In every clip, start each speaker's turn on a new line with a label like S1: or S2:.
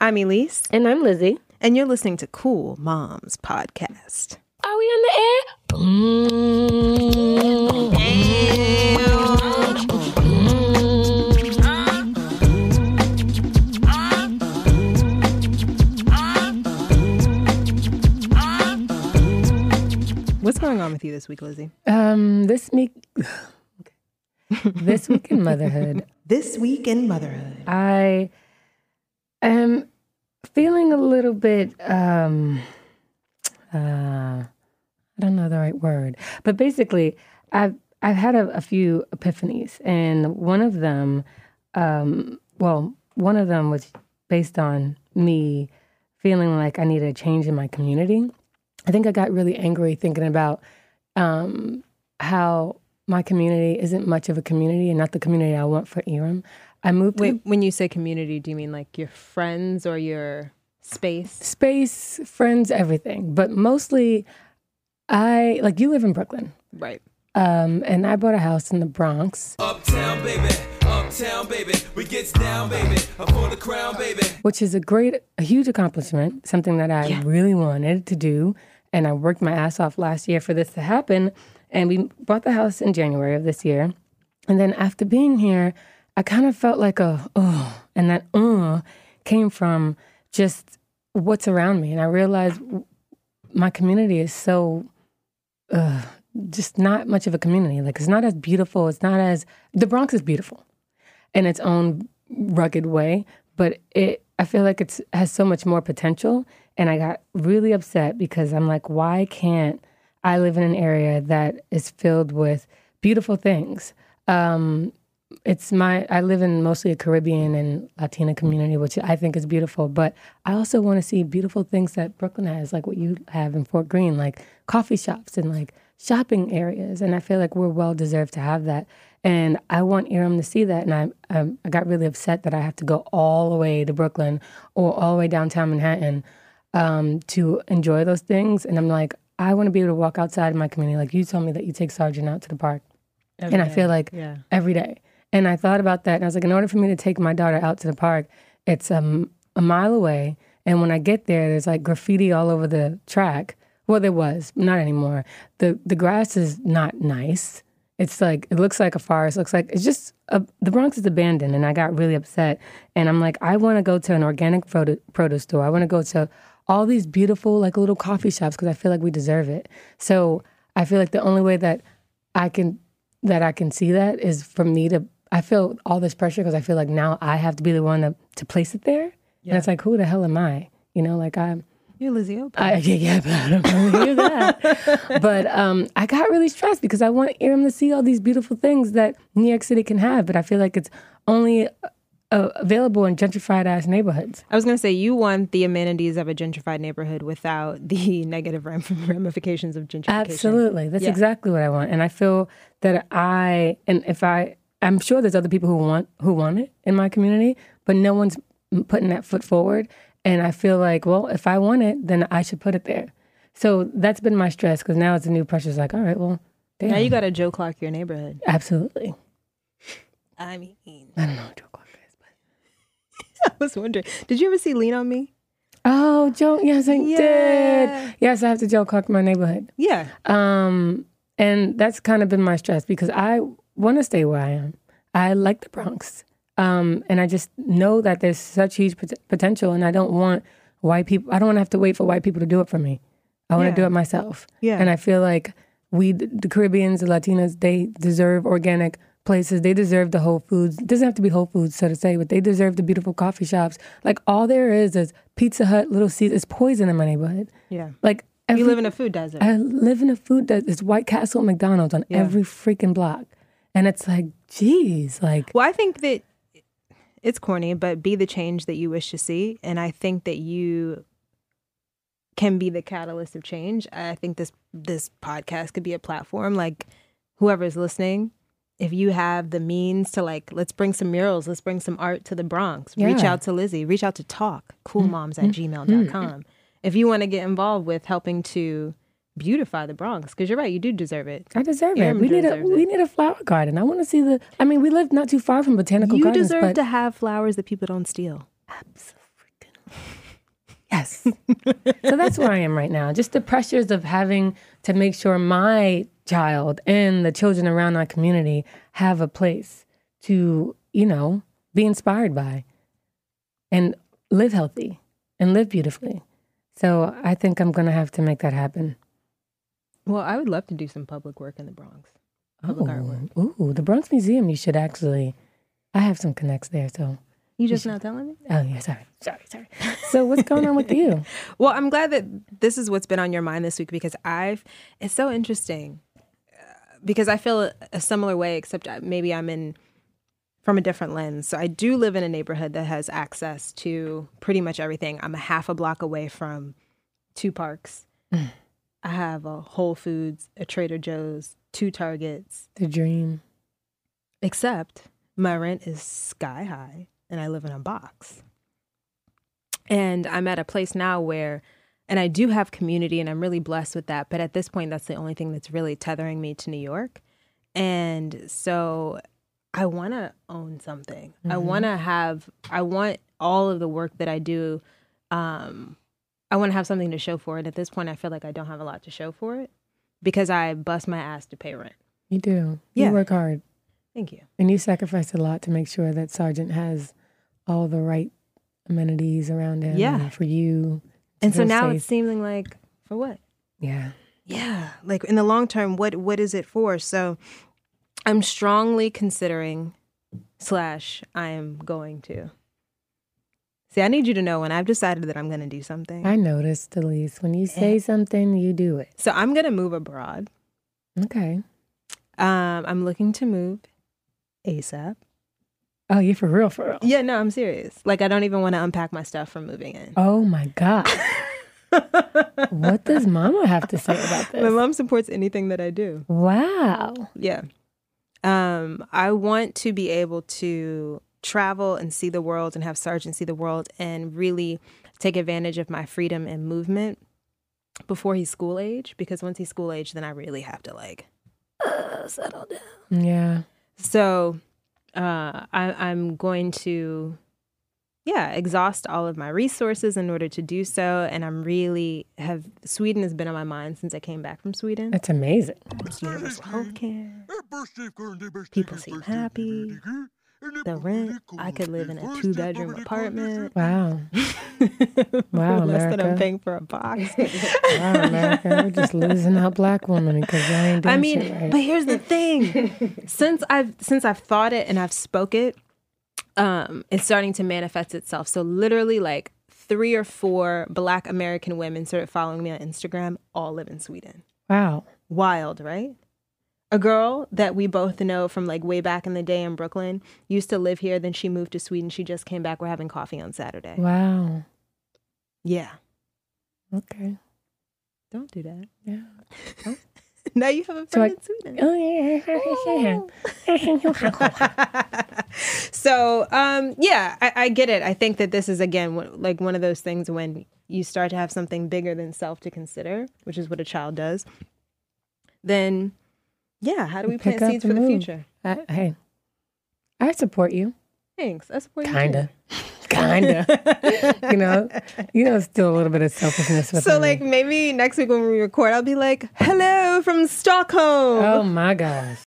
S1: I'm Elise,
S2: And I'm Lizzie.
S1: and you're listening to Cool Moms Podcast.
S2: Are we on the air? Boom.
S1: What's going on with you this week, Lizzie?
S2: Um, this week, this week in motherhood,
S1: This week in motherhood.
S2: I am feeling a little bit. Um, uh, I don't know the right word, but basically, I've I've had a, a few epiphanies, and one of them, um, well, one of them was based on me feeling like I needed a change in my community. I think I got really angry thinking about um, how my community isn't much of a community and not the community I want for Eram. I moved to
S1: Wait, when you say community, do you mean like your friends or your space?
S2: space, friends, everything, but mostly I like you live in Brooklyn.
S1: Right.
S2: Um, and I bought a house in the Bronx,
S3: Uptown, baby. Uptown, baby. We gets down, baby. I'm for the crown, baby.
S2: which is a great, a huge accomplishment, something that I really wanted to do. And I worked my ass off last year for this to happen. And we bought the house in January of this year. And then after being here, I kind of felt like a, oh, and that, oh, came from just what's around me. And I realized my community is so ugh, just not much of a community. Like it's not as beautiful. It's not as the Bronx is beautiful in its own rugged way, but it I feel like it's has so much more potential. And I got really upset because I'm like, why can't I live in an area that is filled with beautiful things? Um, it's my I live in mostly a Caribbean and Latina community, which I think is beautiful. But I also want to see beautiful things that Brooklyn has, like what you have in Fort Greene, like coffee shops and like shopping areas. And I feel like we're well deserved to have that. And I want Iram to see that. And I, I I got really upset that I have to go all the way to Brooklyn or all the way downtown Manhattan um, to enjoy those things. And I'm like, I want to be able to walk outside in my community. Like you told me that you take Sergeant out to the park and I feel like
S1: Yeah.
S2: every day. And I thought about that, and I was like, in order for me to take my daughter out to the park, it's um, a mile away, and when I get there, there's like graffiti all over the track. Well, there was not anymore. the The grass is not nice. It's like it looks like a forest. Looks like it's just a, the Bronx is abandoned, and I got really upset. And I'm like, I want to go to an organic produ- produce store. I want to go to all these beautiful like little coffee shops because I feel like we deserve it. So I feel like the only way that I can that I can see that is for me to I feel all this pressure because I feel like now I have to be the one to, to place it there. And it's like who the hell am I? You know, like I'm
S1: You're Lizzie Open.
S2: I yeah, yeah, but I don't really hear that. but um, I got really stressed because I want Aram to see all these beautiful things that New York City can have, but I feel like it's only uh, available in gentrified ass neighborhoods.
S1: I was going to say you want the amenities of a gentrified neighborhood without the negative ram- ramifications of gentrification.
S2: Absolutely. That's exactly what I want. And I feel that I and if I I'm sure there's other people who want who want it in my community, but no one's m- putting that foot forward and I feel like, well, if I want it, then I should put it there. So that's been my stress because now it's a new pressure. It's like, all right, well, damn.
S1: Now you got to Joe Clark your neighborhood.
S2: absolutely.
S1: I mean,
S2: I don't know what Joe Clark is,
S1: I
S2: but
S1: was wondering, did you ever see Lean on Me?
S2: oh, Joe, yes, I
S1: Yeah.
S2: did. Yes, I have to Joe Clark my neighborhood.
S1: Yeah.
S2: Um, and that's kind of been my stress because I want to stay where I am. I like the Bronx. Um, and I just know that there's such huge pot- potential, and I don't want white people, I don't want to have to wait for white people to do it for me. I want to
S1: Yeah.
S2: do it myself.
S1: Yeah.
S2: And I feel like we, the Caribbeans, the Latinas, they deserve organic places. They deserve the Whole Foods. It doesn't have to be Whole Foods, so to say, but they deserve the beautiful coffee shops. Like all there is is Pizza Hut, Little Caesars. It's poison in my neighborhood.
S1: Yeah.
S2: Like
S1: You
S2: every
S1: live in a food desert.
S2: I live in a food that is White Castle and McDonald's on every freaking block. And it's like, geez, like
S1: Well, I think that it's corny, but be the change that you wish to see. And I think that you can be the catalyst of change. I think this this podcast could be a platform. Like whoever's listening, if you have the means to like, let's bring some murals, let's bring some art to the Bronx. Reach
S2: Yeah. Mm-hmm.
S1: out to Lizzie, reach out to talk, coolmoms at gmail.com. If you want to get involved with helping to beautify the Bronx, because you're right, you do deserve it.
S2: I deserve it.
S1: Aram
S2: We need a
S1: deserves it.
S2: we need a flower garden. I want to see the. I mean, we live not too far from botanical
S1: You
S2: gardens,
S1: deserve
S2: but
S1: to have flowers that people don't steal.
S2: Absolutely. Yes. so that's where I am right now. Just the pressures of having to make sure my child and the children around our community have a place to, you know, be inspired by and live healthy and live beautifully. So I think I'm going to have to make that happen.
S1: Well, I would love to do some public work in the Bronx. Public artwork.
S2: Oh, ooh, the Bronx Museum, you should actually. I have some connects there, so.
S1: You just not telling me?
S2: Oh, yeah, sorry. Sorry, sorry. So, what's going on with you?
S1: Well, I'm glad that this is what's been on your mind this week because I've it's so interesting uh, because I feel a, a similar way except I- maybe I'm in from a different lens. So I do live in a neighborhood that has access to pretty much everything. I'm a half a block away from two parks. I have a Whole Foods, a Trader Joe's, two Targets,
S2: The dream.
S1: except my rent is sky high and I live in a box. And I'm at a place now where, and I do have community and I'm really blessed with that. But at this point, that's the only thing that's really tethering me to New York. And so I want to own something. I want to have, I want all of the work that I do. Um, I want to have something to show for it. At this point, I feel like I don't have a lot to show for it because I bust my ass to pay rent.
S2: You do.
S1: Yeah.
S2: You work hard.
S1: Thank you.
S2: And you sacrifice a lot to make sure that Sergeant has all the right amenities around him.
S1: Yeah.
S2: and For you. to
S1: And so
S2: feel
S1: now
S2: safe.
S1: it's seeming like for what?
S2: Yeah.
S1: Yeah, like in the long term, what what is it for? So I'm strongly considering slash I am going to. See, I need you to know when I've decided that I'm going to do something.
S2: I noticed, Elise, when you say something, you do it.
S1: So I'm going to move abroad.
S2: Okay.
S1: Um, I'm looking to move ASAP.
S2: Oh, you for real, for real.
S1: Yeah, no, I'm serious. Like I don't even want to unpack my stuff from moving in.
S2: Oh my God. what does mama have to say about
S1: My
S2: this?
S1: mom supports anything that I do.
S2: Wow.
S1: Yeah. Um, I want to be able to travel and see the world and have Sergeant see the world and really take advantage of my freedom and movement before he's school age because once he's school age then I really have to like uh, settle down.
S2: Yeah.
S1: So uh, I, I'm going to, yeah, exhaust all of my resources in order to do so. And I'm really have Sweden has been on my mind since I came back from Sweden.
S2: That's amazing.
S1: It's universal healthcare.
S4: People seem happy.
S1: the rent. I could live in a two bedroom apartment.
S2: Wow.
S1: for
S2: Wow,
S1: less than I'm
S2: America.
S1: paying for a box.
S2: Wow, America. We're just losing out black women because y'all ain't doing
S1: I mean,
S2: shit right.
S1: but here's the thing: since I've since I've thought it and I've spoke it, um, it's starting to manifest itself. So literally, like three or four Black American women started following me on Instagram. All live in Sweden.
S2: wow.
S1: Wild, right? A girl that we both know from like way back in the day in Brooklyn used to live here. Then she moved to Sweden. She just came back. We're having coffee on Saturday.
S2: Wow.
S1: Yeah.
S2: Okay.
S1: Don't do that.
S2: Yeah.
S1: Now you have a
S2: So I-
S1: friend in Sweden.
S2: Oh yeah.
S1: So, um, yeah, I, I get it. I think that this is again one- like one of those things when you start to have something bigger than self to consider, which is what a child does. Then, yeah, how do we
S2: Pick
S1: plant
S2: up
S1: seeds for
S2: and
S1: the
S2: move.
S1: future?
S2: I, hey, I support you.
S1: Thanks. I support you.
S2: Kinda. Kinda. you know, you know, still a little bit of selfishness
S1: too.
S2: with
S1: So, like maybe next week when we record, I'll be like, "Hello from Stockholm."
S2: Oh my gosh.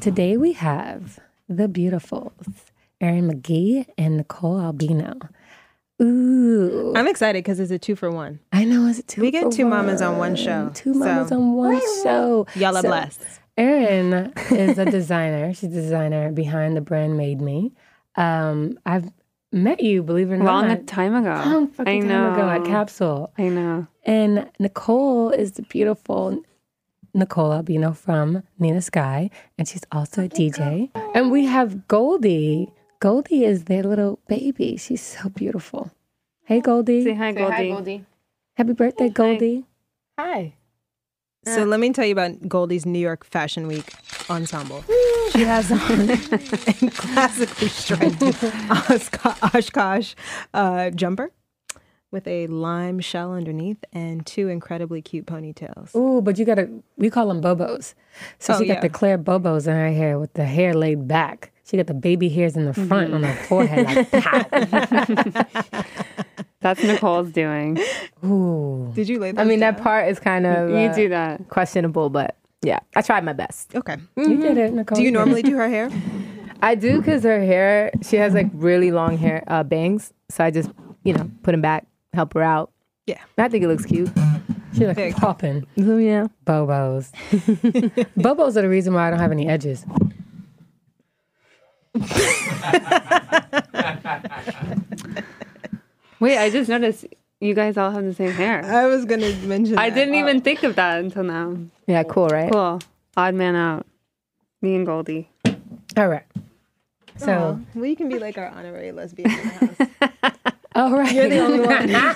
S2: Today we have the beautifuls, Erin McGee and Nicole Albino. Ooh.
S1: I'm excited because it's a two for one.
S2: I know it's two.
S1: We get
S2: for
S1: two mamas on one show,
S2: Two mamas
S1: so-
S2: on one show.
S1: Y'all are
S2: So,
S1: blessed.
S2: Erin is a designer. She's a designer behind the brand Made Me. Um, I've met you, believe it or
S5: Long
S2: not,
S5: a time ago.
S2: long fucking
S5: I
S2: time ago
S5: know.
S2: at Capsule.
S5: I know.
S2: And Nicole is the beautiful Nicole Albino from Nina Sky, and she's
S1: Oh,
S2: also a DJ. And we have Goldie. Goldie is their little baby. She's so beautiful. Hey, Goldie.
S5: Say hi, Goldie.
S2: Happy birthday, Goldie.
S1: Hi. So let me tell you about Goldie's New York Fashion Week ensemble. She has on a classically striped Oshko- Oshkosh uh, jumper with a lime shell underneath and two incredibly cute ponytails.
S2: Ooh, but you gotta, we call them Bobos. So
S1: Oh,
S2: she got
S1: yeah.
S2: the clear Bobos in her hair with the hair laid back. She got the baby hairs in the front on her forehead. Like,
S5: That's Nicole's doing.
S2: ooh.
S1: Did you lay that?
S6: I mean, that part is kind of
S5: You
S6: uh,
S5: do that.
S6: questionable, but yeah, I tried my best.
S1: Okay.
S2: You did it, Nicole.
S1: Do you normally do her hair?
S6: I do because her hair, she has like really long hair uh, bangs, so I just you know put them back, help her out.
S1: Yeah.
S6: And I think it looks cute.
S2: She like
S1: Big.
S2: popping
S6: So, yeah,
S2: bobos. bobos are the reason why I don't have any edges.
S5: Wait, I just noticed you guys all have the same hair.
S1: I was gonna mention.
S5: I
S1: that.
S5: didn't even think of that until now.
S6: yeah, cool, right?
S5: Cool. Odd man out. Me and Goldie.
S2: All right. So,
S1: Well, you can be like our honorary lesbian. in the house.
S2: all right. You're the only one.
S1: All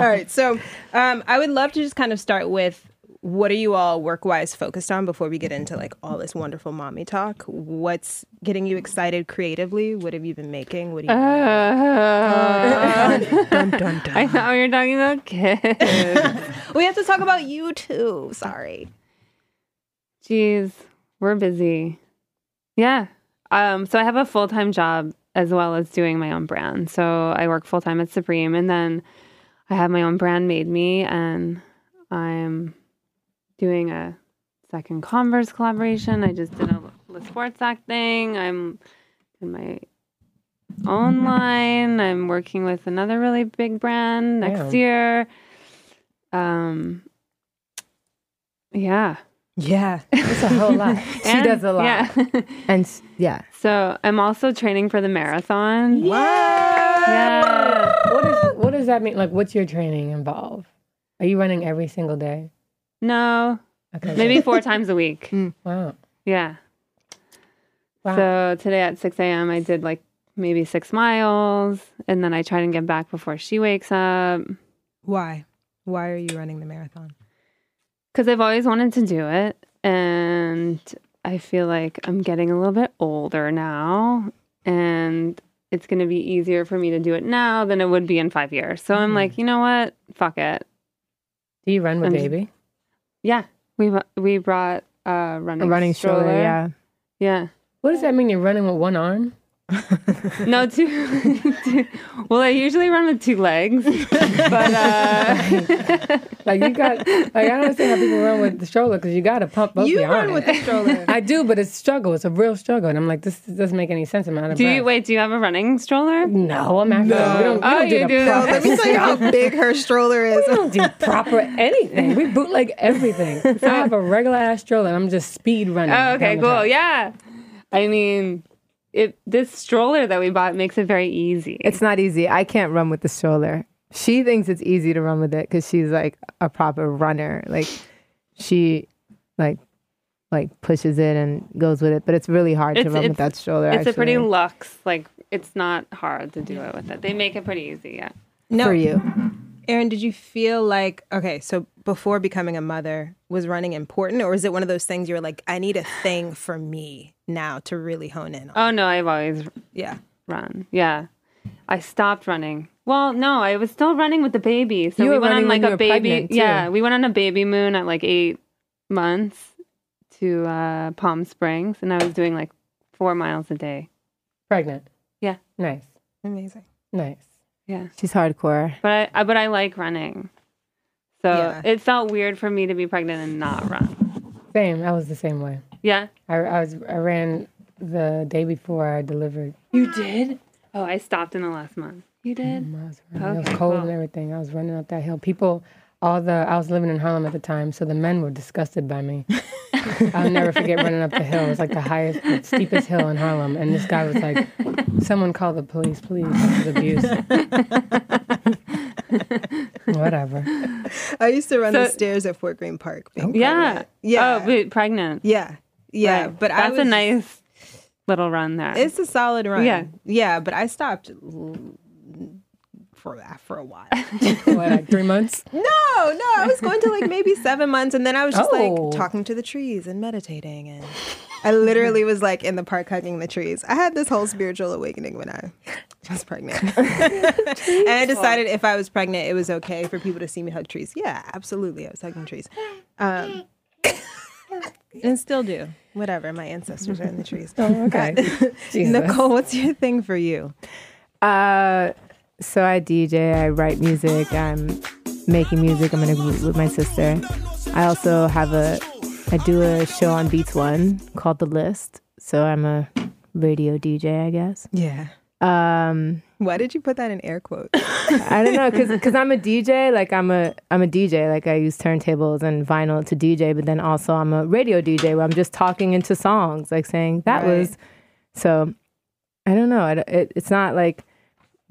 S1: right. So um, I would love to just kind of start with what are you all work wise focused on before we get into like all this wonderful mommy talk? What's getting you excited creatively? What have you been making?
S5: Uh,
S1: What do you
S6: Uh.
S5: I thought we were talking about kids.
S1: We have to talk about you too. Sorry.
S5: Jeez, we're busy. Yeah. Um, so I have a full time job as well as doing my own brand. So I work full time at Supreme and then I have my own brand made me and I'm doing a second Converse collaboration. I just did a Le Sports Act thing. I'm in my own line. I'm working with another really big brand next year. Um yeah.
S6: Yeah, it's a whole lot. she
S5: And-
S6: does a lot,
S5: Yeah.
S6: and s- yeah,
S5: so I'm also training for the marathon.
S6: what?
S5: Yeah.
S2: what, is, what does that mean? Like, what's your training involve? Are you running every single day?
S5: No,
S2: Okay.
S5: maybe four times a week.
S2: Wow.
S5: Yeah.
S2: Wow.
S5: So today at 6 a.m., I did like maybe six miles, and then I tried and get back before she wakes up
S1: Why? Why are you running the marathon?
S5: because I've always wanted to do it. And I feel like I'm getting a little bit older now, and it's going to be easier for me to do it now than it would be in five years. So
S6: Mm.
S5: I'm like, you know what? Fuck it.
S2: do you run with
S5: I'm just-
S2: baby?
S5: Yeah, we bu- we brought uh, running
S6: a running stroller. Yeah,
S5: yeah.
S2: What does that mean? You're running with one arm?
S5: No, two, two. Well, I usually run with two legs, but uh,
S2: Like, you got, like, I don't understand how people run with the stroller because you got to pump both
S1: you
S2: your
S1: run
S2: arms.
S1: with the stroller.
S2: I do, but it's a struggle. It's a real struggle. And I'm like, this doesn't make any sense. I'm out of
S5: do
S2: breath.
S5: you wait? Do you have a running stroller?
S2: No, I'm after. We don't, we
S5: Oh,
S2: don't do
S5: you
S2: the
S5: do.
S2: proper.
S5: Let
S1: me tell you how big her stroller is.
S2: we don't do proper anything. We bootleg everything. So I have a regular ass stroller, and I'm just speed running.
S5: Oh, okay,
S2: down the
S5: cool.
S2: track.
S5: Yeah, I mean, it this stroller that we bought makes it very easy.
S6: it's not easy. I can't run with the stroller. She thinks it's easy to run with it because she's like a proper runner. Like she, like, like pushes it and goes with it. But it's really hard to
S5: It's-
S6: run with
S5: it's-
S6: that stroller.
S5: it's a pretty
S6: actually.
S5: luxe. Like it's not hard to do it with it. They make it pretty easy. Yeah.
S1: No,
S6: for you.
S1: Aaron, did you feel like okay? So before becoming a mother, was running important, or is it one of those things you were like, I need a thing for me now to really hone in on?
S5: Oh no, I've always
S1: yeah.
S5: run. Yeah. I stopped running. Well, no, I was still running with the baby. So
S6: You
S5: we
S6: were
S5: went on
S6: running
S5: like
S6: when you
S5: a
S6: were
S5: baby.
S6: pregnant, too.
S5: Yeah, we went on a baby moon at like eight months to uh, Palm Springs, and I was doing like four miles a day.
S2: Pregnant.
S5: Yeah.
S2: Nice.
S1: Amazing.
S2: Nice.
S5: Yeah,
S6: She's hardcore.
S5: but I, I but I like running, so
S1: Yeah.
S5: it felt weird for me to be pregnant and not run.
S2: Same. I was the same way.
S5: Yeah.
S2: I, I was. I ran the day before I delivered.
S5: You did. Oh, I stopped in the last month. You did.
S2: I was running. it
S5: Okay,
S2: was cold
S5: cool.
S2: and everything. I was running up that hill. People, all the I was living in Harlem at the time, so the men were disgusted by me. I'll never forget running up the hill. It was like the highest, the steepest hill in Harlem, and this guy was like, "Someone call the police, please. This is abuse." Whatever.
S1: I used to run the
S5: So-
S1: stairs at Fort Greene Park. being
S5: Yeah.
S1: pregnant. Yeah.
S5: Oh, but pregnant.
S1: Yeah. Yeah.
S5: Right.
S1: But
S5: that's
S1: I was,
S5: a nice little run there.
S1: It's a solid run.
S5: Yeah.
S1: Yeah. But I stopped l- for that for a while. no,
S2: What, like three months?
S1: no. I was going to like maybe seven months, and then I was just
S2: Oh.
S1: like talking to the trees and meditating, and I literally was like in the park hugging the trees. I had this whole spiritual awakening when I was pregnant, and I decided if I was pregnant, it was okay for people to see me hug trees. Yeah, absolutely. I was hugging trees, um, and still do. Whatever, my ancestors are in the trees.
S2: Oh, okay. Jesus.
S1: Nicole, what's your thing for you?
S6: Uh, so I DJ, I write music, I'm making music, I'm in a group with my sister. I also have a, I do a show on Beats One called The List. So I'm a radio DJ, I guess.
S1: Yeah.
S6: Um,
S1: Why did you put that in air quotes?
S6: I don't know, cause, cause I'm a DJ, like I'm a, I'm a DJ, like I use turntables and vinyl to DJ, but then also I'm a radio DJ where I'm just talking into songs, like saying that
S1: Right.
S6: was, so I don't know. I d it, it's not like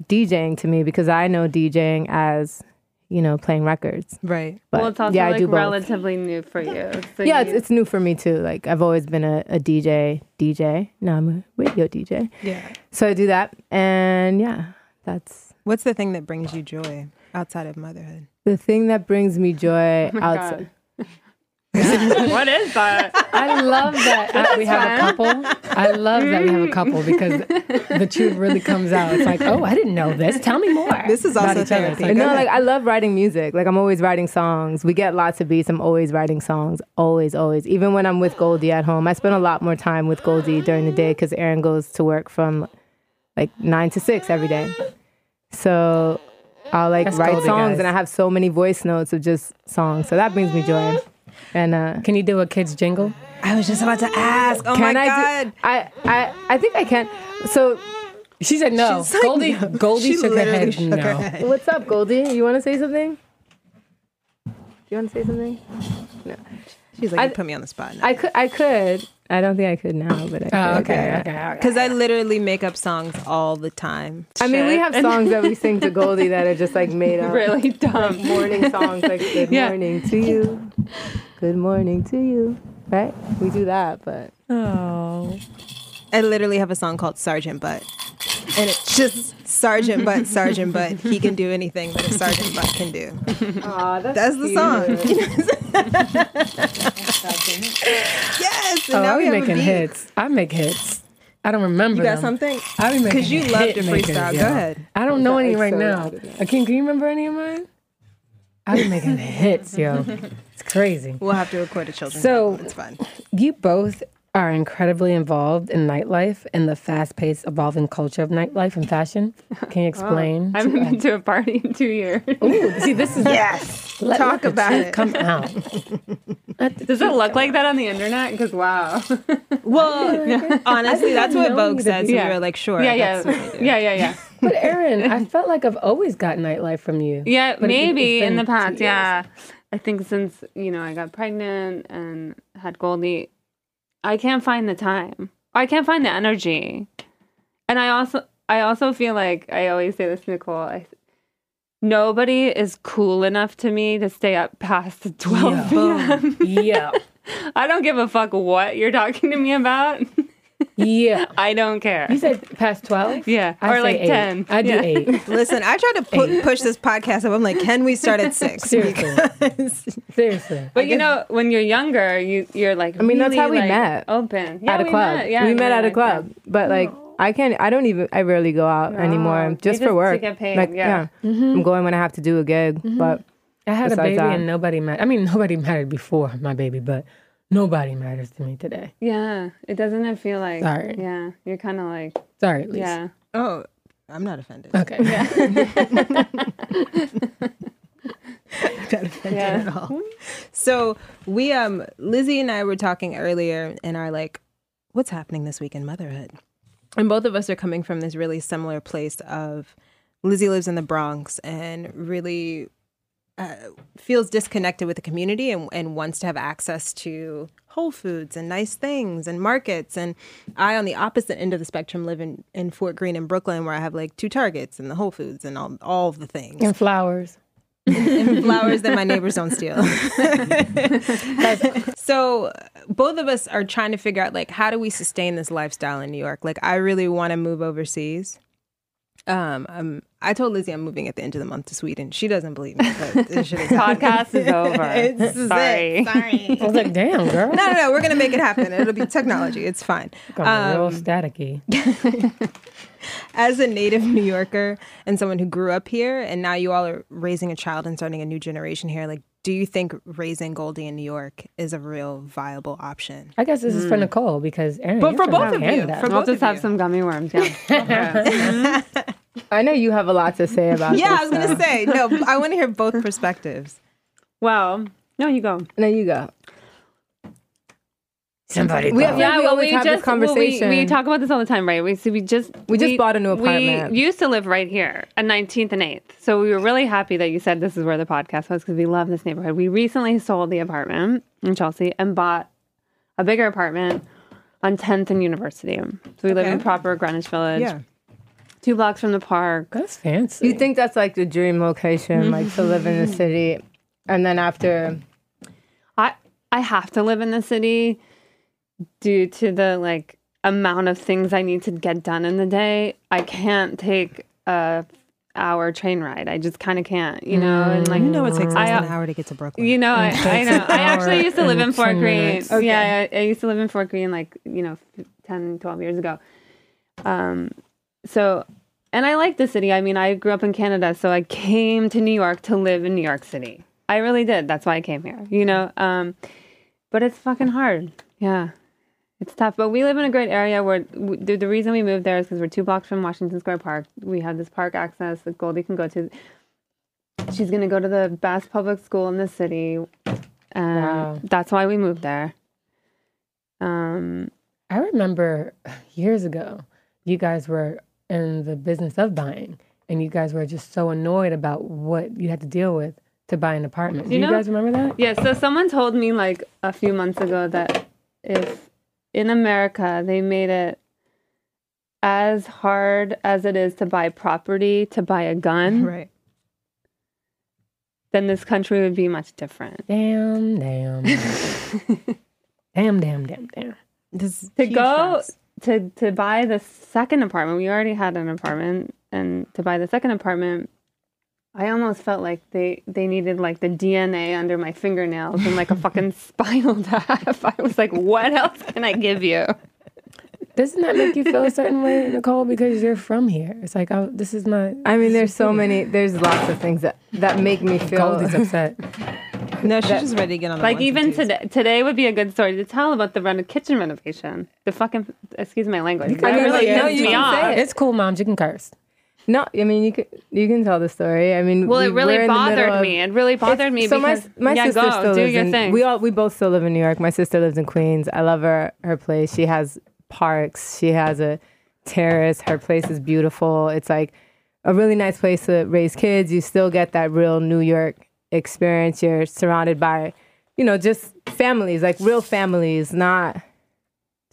S6: DJing to me because I know DJing as, you know, playing records.
S1: right.
S6: But
S5: well, it's also
S6: yeah, I
S5: like
S6: do both.
S5: relatively new for you. So
S6: yeah,
S5: you-
S6: it's, it's new for me too. Like I've always been a, a DJ, DJ. Now I'm a radio DJ.
S1: Yeah.
S6: So I do that, and yeah, that's
S1: What's the thing that brings you joy outside of motherhood?
S6: the thing that brings me joy.
S5: Oh my
S6: outside,
S5: what is that?
S2: I love that uh, we have a couple. I love that we have a couple because the truth really comes out. It's like, oh, I didn't know this. Tell me more.
S1: This is
S2: about
S1: also
S2: each other. It's
S1: therapy.
S2: like,
S6: no,
S2: okay.
S6: like I love writing music. Like I'm always writing songs. We get lots of beats. I'm always writing songs. Always, always. Even when I'm with Goldie at home, I spend a lot more time with Goldie during the day because Aaron goes to work from like nine to six every day. So I'll like
S2: That's
S6: write
S2: Goldie,
S6: songs,
S2: guys.
S6: and I have so many voice notes of just songs. So that brings me joy. And uh,
S2: can you do a kid's jingle?
S1: I was just about to ask. Oh
S6: can
S1: my
S6: I?
S1: god.
S6: Do, I I I think I can. So
S2: She said no.
S1: She's like,
S2: Goldie,
S1: no.
S2: Goldie
S1: She
S2: shook her
S1: literally
S2: head.
S1: shook
S2: no.
S1: her head.
S6: What's up, Goldie? You want to say something? You want to say something?
S1: She's like,
S6: I-
S1: you put me on the spot.
S6: I could. I could. I don't think I could now, but I could.
S2: Oh, okay,
S6: Yeah.
S2: okay, okay.
S1: Because I literally make up songs all the time.
S6: I mean, we have songs that we sing to Goldie that are just like made up.
S5: really dumb.
S6: Morning songs like "Good
S5: Yeah.
S6: morning to you," "Good morning to you," right? We do that, but
S2: Oh.
S1: I literally have a song called Sergeant Butt. And it's just Sergeant Butt, Sergeant Butt. He can do anything that a Sergeant Butt can do.
S6: Aw,
S1: That's the song. yes. And
S2: Oh,
S1: now
S2: I
S1: we
S2: be
S1: have a
S2: making
S1: beat.
S2: hits. I make hits. I don't remember.
S1: You got
S2: them.
S1: something?
S2: I be making
S1: 'Cause you love to
S2: hit makers,
S1: freestyle. Go
S2: yo.
S1: ahead.
S2: I don't know any
S6: is
S2: right
S6: so
S2: now. Akin, can you remember any of mine? I be making hits, yo. It's crazy.
S1: We'll have to record a children's
S2: So-
S1: album. It's fun.
S2: You both are incredibly involved in nightlife and the fast-paced, evolving culture of nightlife and fashion.
S1: Oh.
S2: Can you explain?
S5: I haven't been to a party in two years.
S2: Ooh, see, this is
S1: Yes.
S2: let-
S1: Talk
S2: let the
S1: about
S2: truth
S1: it.
S2: Come out.
S5: Does it look like that on the internet? Because wow.
S1: Well, honestly, that's what
S2: know
S1: Vogue
S2: you to
S1: said. So
S5: Yeah.
S1: we were like, sure.
S5: yeah, yeah,
S1: that's-
S5: yeah, yeah, yeah.
S2: But Erin, I felt like I've always got nightlife from you.
S5: Yeah,
S2: But it- it's
S5: maybe in
S2: been
S5: the
S2: two
S5: past.
S2: years.
S5: Yeah, I think since you know I got pregnant and had Goldie, I can't find the time. I can't find the energy, and I also I also feel like I always say this, to Nicole. I, nobody is cool enough to me to stay up past twelve p.m.
S2: Yeah.
S5: I don't give a fuck what you're talking to me about.
S2: Yeah.
S5: I don't care.
S2: You said past 12?
S5: Yeah, or
S2: say
S5: like
S2: eight.
S5: 10.
S2: I do
S5: Yeah.
S2: 8.
S1: Listen, I tried to pu- push this podcast up. I'm like, can we start at six?
S2: Seriously. Seriously.
S5: But you know, when you're younger, you you're like. I
S6: mean, that's how we met.
S5: Open
S6: at a
S5: we
S6: club.
S5: Met. Yeah,
S6: we met
S5: yeah,
S6: at a
S5: yeah.
S6: club, but like I can't. I don't even. I rarely go out anymore, just,
S5: just
S6: for work.
S5: to get paid,
S6: Like,
S5: yeah.
S6: I'm going when I have to do a gig, but
S2: I had a
S6: Besides
S2: baby
S6: that.
S2: and nobody mattered. I mean, nobody mattered before my baby, but nobody matters to me today.
S5: Yeah, it doesn't it feel like.
S2: Sorry.
S5: Yeah, you're kind of like
S2: Sorry, Lisa.
S5: yeah.
S1: Oh, I'm not offended.
S2: Okay.
S1: not offended
S5: Yeah.
S1: at all. So we um Lizzie and I were talking earlier and are like, what's happening this week in motherhood? And both of us are coming from this really similar place of Lizzie lives in the Bronx and really uh, feels disconnected with the community and, and wants to have access to Whole Foods and nice things and markets. And I, on the opposite end of the spectrum, live in, in Fort Greene in Brooklyn, where I have like two Targets and the Whole Foods and all, all of the things
S2: And flowers.
S1: and flowers that my neighbors don't steal. so uh, both of us are trying to figure out like how do we sustain this lifestyle in New York? Like I really want to move overseas. Um, I'm, I told Lizzie I'm moving at the end of the month to Sweden. She doesn't believe me, but this shit is
S5: Podcast is over.
S1: This is it.
S5: Sorry.
S2: I was like, damn, girl.
S1: No, no, no. We're gonna make it happen. It'll be technology. It's fine.
S2: Got real staticky.
S1: as a native New Yorker and someone who grew up here, and now you all are raising a child and starting a new generation here, like do you think raising Goldie in New York is a real viable option?
S2: I guess this is for Nicole because Aaron.
S1: But
S2: you're
S1: for
S2: from
S1: both of you,
S2: Canada.
S1: for
S5: I'll
S1: both
S5: just
S1: of
S5: have
S1: you.
S5: some gummy worms. Yeah.
S6: I know you have a lot to say about
S1: Yeah, I
S6: this,
S1: was gonna
S6: so-
S1: say no. I want to hear both perspectives.
S5: well, no, you go.
S6: No, you go.
S2: Somebody.
S6: We
S2: We
S6: have- Yeah, we always have this conversation.
S5: Well, we, we talk about this all the time, right? We so we just
S6: We just bought a new apartment.
S5: We used to live right here, at 19th and 8th. So we were really happy that you said this is where the podcast was because we love this neighborhood. We recently sold the apartment in Chelsea and bought a bigger apartment on 10th and University. So we live in
S1: Okay.
S5: proper Greenwich Village,
S1: Yeah,
S5: two blocks from the park.
S2: That's fancy.
S6: You think that's like the dream
S5: Mm-hmm.
S6: location, like to live in the city, and then after
S5: I I have to live in the city due to the like amount of things I need to get done in the day. I can't take a hour train ride. I just kind of can't, you know. And like
S1: Mm. you know it takes
S5: I- uh,
S1: us an hour to get to Brooklyn.
S5: You know, I, I know. I actually used to live in
S2: and
S5: Fort
S2: 10
S5: Greene.
S2: minutes.
S5: Yeah, I, I used to live in Fort Greene like, you know, f- 10, 12 years ago. Um, so, and I like the city. I mean, I grew up in Canada, so I came to New York to live in New York City. I really did. That's why I came here, you know. Um, but it's fucking hard. Yeah. It's tough, but we live in a great area where w the, the reason we moved there is because we're two blocks from Washington Square Park. We have this park access that Goldie can go to. She's gonna go to the best public school in the city, and
S2: Wow.
S5: that's why we moved there. Um,
S2: I remember years ago, you guys were in the business of buying, and you guys were just so annoyed about what you had to deal with to buy an apartment. Do
S5: You
S2: you,
S5: know-
S2: guys remember that?
S5: yeah. So someone told me like a few months ago that if in America they made it as hard as it is to buy property to buy a gun,
S1: right?
S5: then this country would be much different.
S2: Damn, damn, damn, damn, damn, damn.
S1: This is
S5: to
S1: huge
S5: go
S1: for us.
S5: to to buy the second apartment we already had an apartment and to buy the second apartment i almost felt like they they needed like the dna under my fingernails and like a fucking spinal tap i was like what else can i give you
S2: Doesn't that make you feel a certain way, Nicole? Because you're from here. It's like, oh, this is my.
S6: I mean, there's so many. There's lots of things that that make me feel.
S2: Goldie's upset.
S1: No, she's just ready to get on. The
S5: like
S1: ones and
S5: even
S1: twos.
S5: today today would be a good story to tell about the reno- kitchen renovation the fucking excuse my language that
S6: can
S5: really
S6: say it. No,
S5: pissed
S6: you
S5: me
S6: can say
S5: off
S6: it.
S2: It's cool, mom. You can curse.
S6: No, I mean you can you can tell the story. I mean,
S5: well
S6: we
S5: it
S6: were
S5: really
S6: in the middle
S5: bothered
S6: of-
S5: me it really bothered me
S6: so my
S5: because
S6: s- my
S5: yeah
S6: sister
S5: go
S6: still
S5: do
S6: lives
S5: your
S6: in,
S5: thing
S6: We all we both still live in New York. My sister lives in Queens. I love her her place. She has parks. She has a terrace. Her place is beautiful. It's like a really nice place to raise kids. You still get that real New York experience. You're surrounded by, you know, just families, like real families, not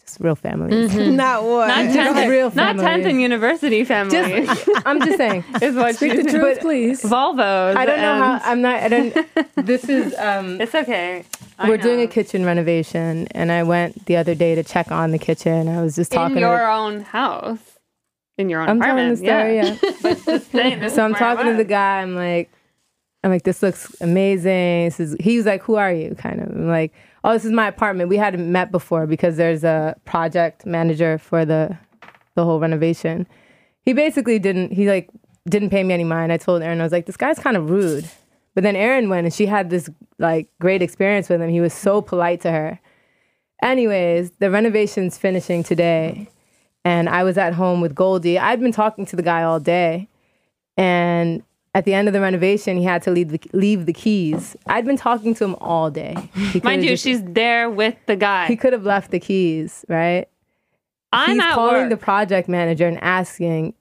S6: just real families.
S5: Mm-hmm.
S1: not what
S5: not
S6: Just
S5: 10th,
S6: real
S5: not 10th and
S6: families.
S5: university family
S6: Just I'm just saying.
S5: is what
S2: Speak the
S5: she's-
S2: truth,
S6: But-
S2: please.
S5: Volvos.
S6: I don't know how
S5: and-
S6: I'm not I don't this is um
S5: um, It's okay. I
S6: we're doing
S5: know.
S6: a kitchen renovation and i went the other day to check on the kitchen i was just talking
S5: in
S6: to
S5: your
S6: the,
S5: own house, in your own
S6: i'm telling the
S5: apartment.
S6: story yeah, so i'm talking to the guy i'm like i'm like this looks amazing this is he was like who are you kind of i'm like oh this is my apartment we hadn't met before because there's a project manager for the the whole renovation he basically didn't he like didn't pay me any mind i told aaron i was like this guy's kind of rude but then aaron went and she had this like great experience with him he was so polite to her Anyways, the renovation's finishing today, and I was at home with Goldie. I'd been talking to the guy all day, and at the end of the renovation, he had to leave the, leave the keys. I'd been talking to him all day. He
S5: Mind
S6: could've
S5: you,
S6: just-
S5: she's there with the
S6: he
S5: guy.
S6: could have left the keys, right?
S5: I'm
S6: He's
S5: at
S6: calling
S5: work.
S6: the
S5: The,
S6: project manager and asking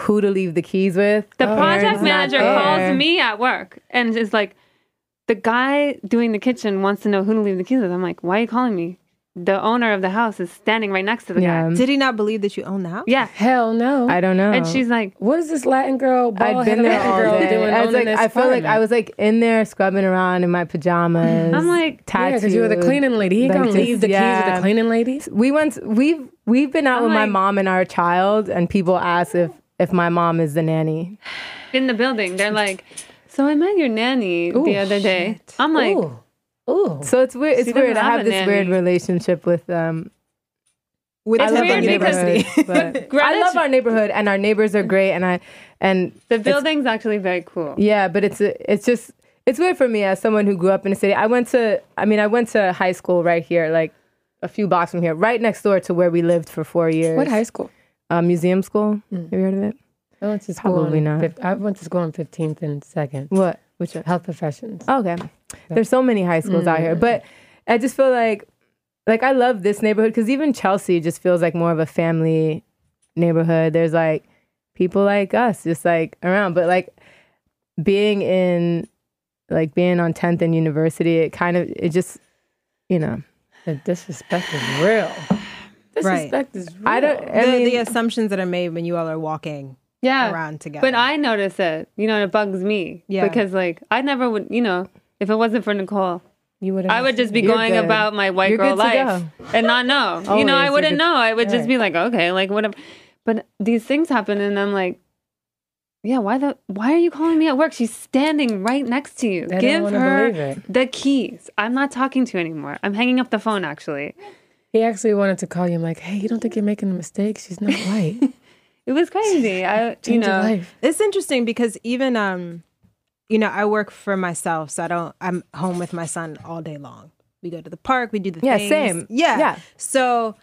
S6: who to leave the keys with. Oh, Aaron's
S5: project
S6: not
S5: manager
S6: there.
S5: calls me at work and is like, the guy doing the kitchen wants to know who to leave the keys with. I'm like, why are you calling me? The owner of the house is standing right next to the
S6: Yeah,
S5: guy.
S1: Did he not believe that you own the house?
S5: Yeah.
S2: Hell no.
S6: I don't know.
S5: And she's like,
S2: what is this Latin girl? Bald
S6: I've been there
S2: Latin girl
S6: all day.
S2: doing
S6: I was like,
S2: owning this
S6: I feel like
S2: apartment?
S6: I was like in there scrubbing around in my pajamas.
S5: I'm like,
S2: Yeah,
S6: tattooed.
S2: because you were the cleaning lady. He
S6: Like,
S2: gonna
S6: just-
S2: leave the keys with
S6: yeah.
S2: the cleaning lady.
S6: We went. We've we've been out
S5: I'm
S6: with my
S5: like-
S6: mom and our child, and people ask if if my mom is the nanny.
S5: in the building, they're like, so I met your nanny the other day. I'm like,
S2: Ooh, ooh.
S6: So it's weird. It's
S5: She doesn't
S6: weird. I
S5: have
S6: have
S5: a
S6: this weird
S5: nanny.
S6: relationship with um.
S1: With
S6: I
S5: It's
S6: love
S5: weird
S6: our
S5: because-
S6: neighborhood. but- I love our neighborhood, and our neighbors are great. And I and
S5: the building's actually very cool.
S6: yeah, but it's a, it's just it's weird for me as someone who grew up in the city. I went to, I mean, I went to high school right here, like a few blocks from here, right next door to where we lived for four years.
S2: What high Hmm. school?
S6: Uh, museum school. Have you heard of it?
S2: I went to school.
S6: Probably
S2: on
S6: not.
S2: fif- I went to school on fifteenth and second.
S6: What? Which
S2: Health professions.
S6: Okay. There's so many high schools out here, but I just feel like like I love this neighborhood because even Chelsea just feels like more of a family neighborhood. There's like people like us just like around, but like being in like being on 10th and university, it kind of it just you know,
S2: The disrespect is real.
S1: Right.
S2: Disrespect is real.
S6: I don't
S1: The,
S6: I mean,
S1: the assumptions that are made when you all are walking
S5: Yeah.
S1: around together.
S5: But I notice it. You know, it bugs me.
S1: Yeah.
S5: Because like I never would. You know, if it wasn't for Nicole,
S2: You would.
S5: I would just be
S6: You're
S5: going
S6: good.
S5: about my white
S6: You're
S5: girl
S6: good to
S5: life and not know. you
S6: Always,
S5: know, I
S6: you're
S5: wouldn't
S6: good-
S5: know. I would just be like, okay, like whatever. But these things happen, and I'm like. Yeah, why the why are you calling me at work? She's standing right next to you.
S2: don't
S5: Give
S2: wanna believe
S5: her
S2: it.
S5: the keys. I'm not talking to you anymore. I'm hanging up the phone actually.
S2: He actually wanted to call you. I'm like, hey, you don't think you're making a mistake? She's not white.
S5: It was crazy. I you
S2: Change your
S5: know
S2: life.
S1: It's interesting because even um, you know, I work for myself, so I don't. I'm home with my son all day long. We go to the park. We do the
S6: Yeah,
S1: things.
S6: same.
S1: Yeah,
S6: Yeah.
S1: So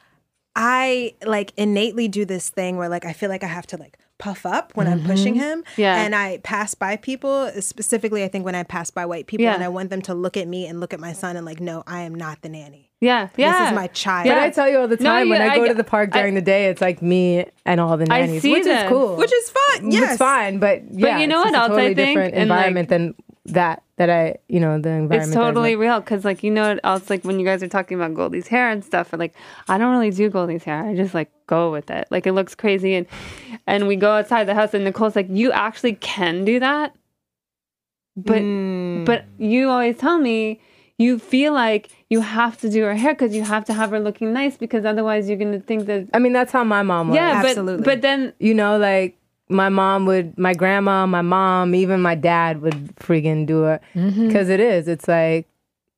S1: I like innately do this thing where like I feel like I have to like puff up when I'm pushing
S6: Mm-hmm.
S1: him.
S5: Yeah.
S1: and I pass by people specifically. I think when I pass by white people,
S5: Yeah.
S1: and I want them to look at me and look at my son and like, no, I am not the nanny.
S5: Yeah. Yeah.
S1: This is my child.
S5: Yeah.
S6: But I tell you all the
S5: No,
S6: time when
S5: you-
S6: I go
S5: I-
S6: to the park during
S5: I-
S6: the day, it's like me and all the
S5: I
S6: nannies,
S5: see
S6: which
S5: this.
S6: is cool.
S1: which is fun. Yes,
S6: it's fine, but yeah,
S5: you know
S6: it's
S5: what
S6: just a
S5: else I
S6: totally
S5: think?
S6: different
S5: And, like,
S6: environment than that that I you know the environment.
S5: It's
S6: that I was
S5: totally
S6: like-
S5: real because, like, you know, what else like when you guys are talking about Goldie's hair and stuff, and like, I don't really do Goldie's hair. I just like go with it. Like, it looks crazy, and and we go outside the house, and Nicole's like, "You actually can do that," but
S1: Hmm.
S5: but you always tell me you feel like you have to do her hair because you have to have her looking nice because otherwise you're gonna think that
S6: I mean, that's how my mom was.
S5: yeah,
S1: absolutely.
S5: but but then
S6: you know, like my mom would, my grandma, my mom, even my dad would friggin' do it because
S5: Mm-hmm.
S6: is. It's like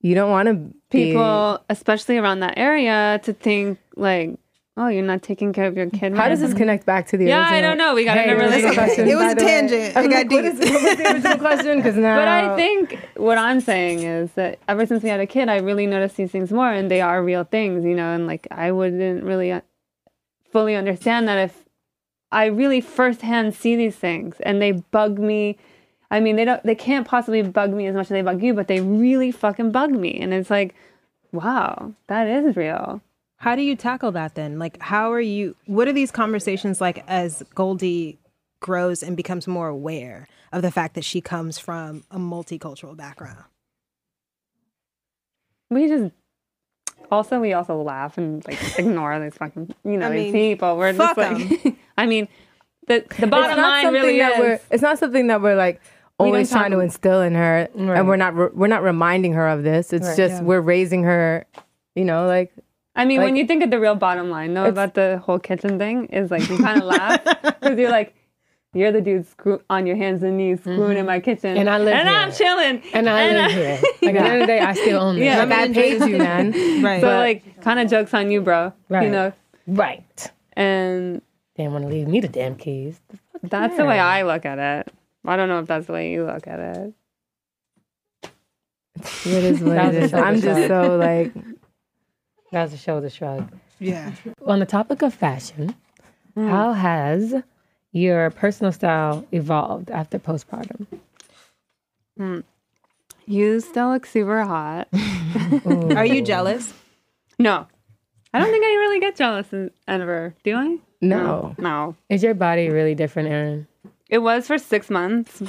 S6: you don't want to
S5: people, especially around that area, to think like, "Oh, you're not taking care of your kid."
S6: How
S5: right
S6: does this connect back to the?
S5: Mm-hmm. Yeah,
S6: original?
S5: I don't know. We got
S2: Hey,
S5: another
S2: that's
S5: really
S2: okay.
S6: question,
S1: It was
S6: by
S1: a
S6: the way.
S1: tangent.
S6: I'm
S1: It got
S6: like, what
S1: deep.
S6: is what was the original question? Because now,
S5: But I think what I'm saying is that ever since we had a kid, I really noticed these things more, and they are real things, you know. And like, I wouldn't really uh, fully understand that if I really firsthand see these things, and they bug me. I mean, they don't, they can't possibly bug me as much as they bug you, but they really fucking bug me, and it's like, wow, that is real.
S1: How do you tackle that then? Like, how are you? What are these conversations like as Goldie grows and becomes more aware of the fact that she comes from a multicultural background?
S5: We just. Also, we also laugh and like ignore these fucking, you know,
S1: I
S5: these
S1: mean,
S5: people. We're
S1: fuck
S5: just like, I mean, the the bottom
S6: it's not
S5: line
S6: something
S5: really
S6: that
S5: is
S6: we're it's not something that we're like
S5: We don't
S6: always trying to
S5: talk-
S6: instill in her
S2: Right.
S6: and we're not re- we're not reminding her of this it's just we're raising her you know like
S5: I mean, when
S6: Like-
S5: you think of the real bottom line, though, about the whole kitchen thing, is like you kind of laugh because you're like, you're the dude screw- on your hands and knees screwing in my kitchen,
S2: And I live
S5: and I'm
S2: here.
S5: chilling,
S2: And I live here. Like at the end of the day, I still own this.
S5: Yeah.
S6: like, I paid you man
S1: Right.
S5: so like kind of jokes on you, bro. You
S2: Right.
S5: know,
S2: Right.
S5: and
S2: They want to leave me the damn keys.
S5: that's the way I look at it. I don't know if that's the way you look at it.
S6: it is what
S2: That
S6: it
S2: was
S6: is
S2: a
S6: I'm just
S2: shoulder
S6: so like
S2: That was a shoulder shrug.
S1: yeah.
S2: On the topic of fashion,
S6: Mm.
S2: how has your personal style evolved after postpartum?
S5: You still look super hot.
S1: Are you jealous?
S5: No, I don't think I really get jealous in- ever. Do I?
S6: no
S5: No.
S2: Is your body really different, Erin?
S5: It was for six months.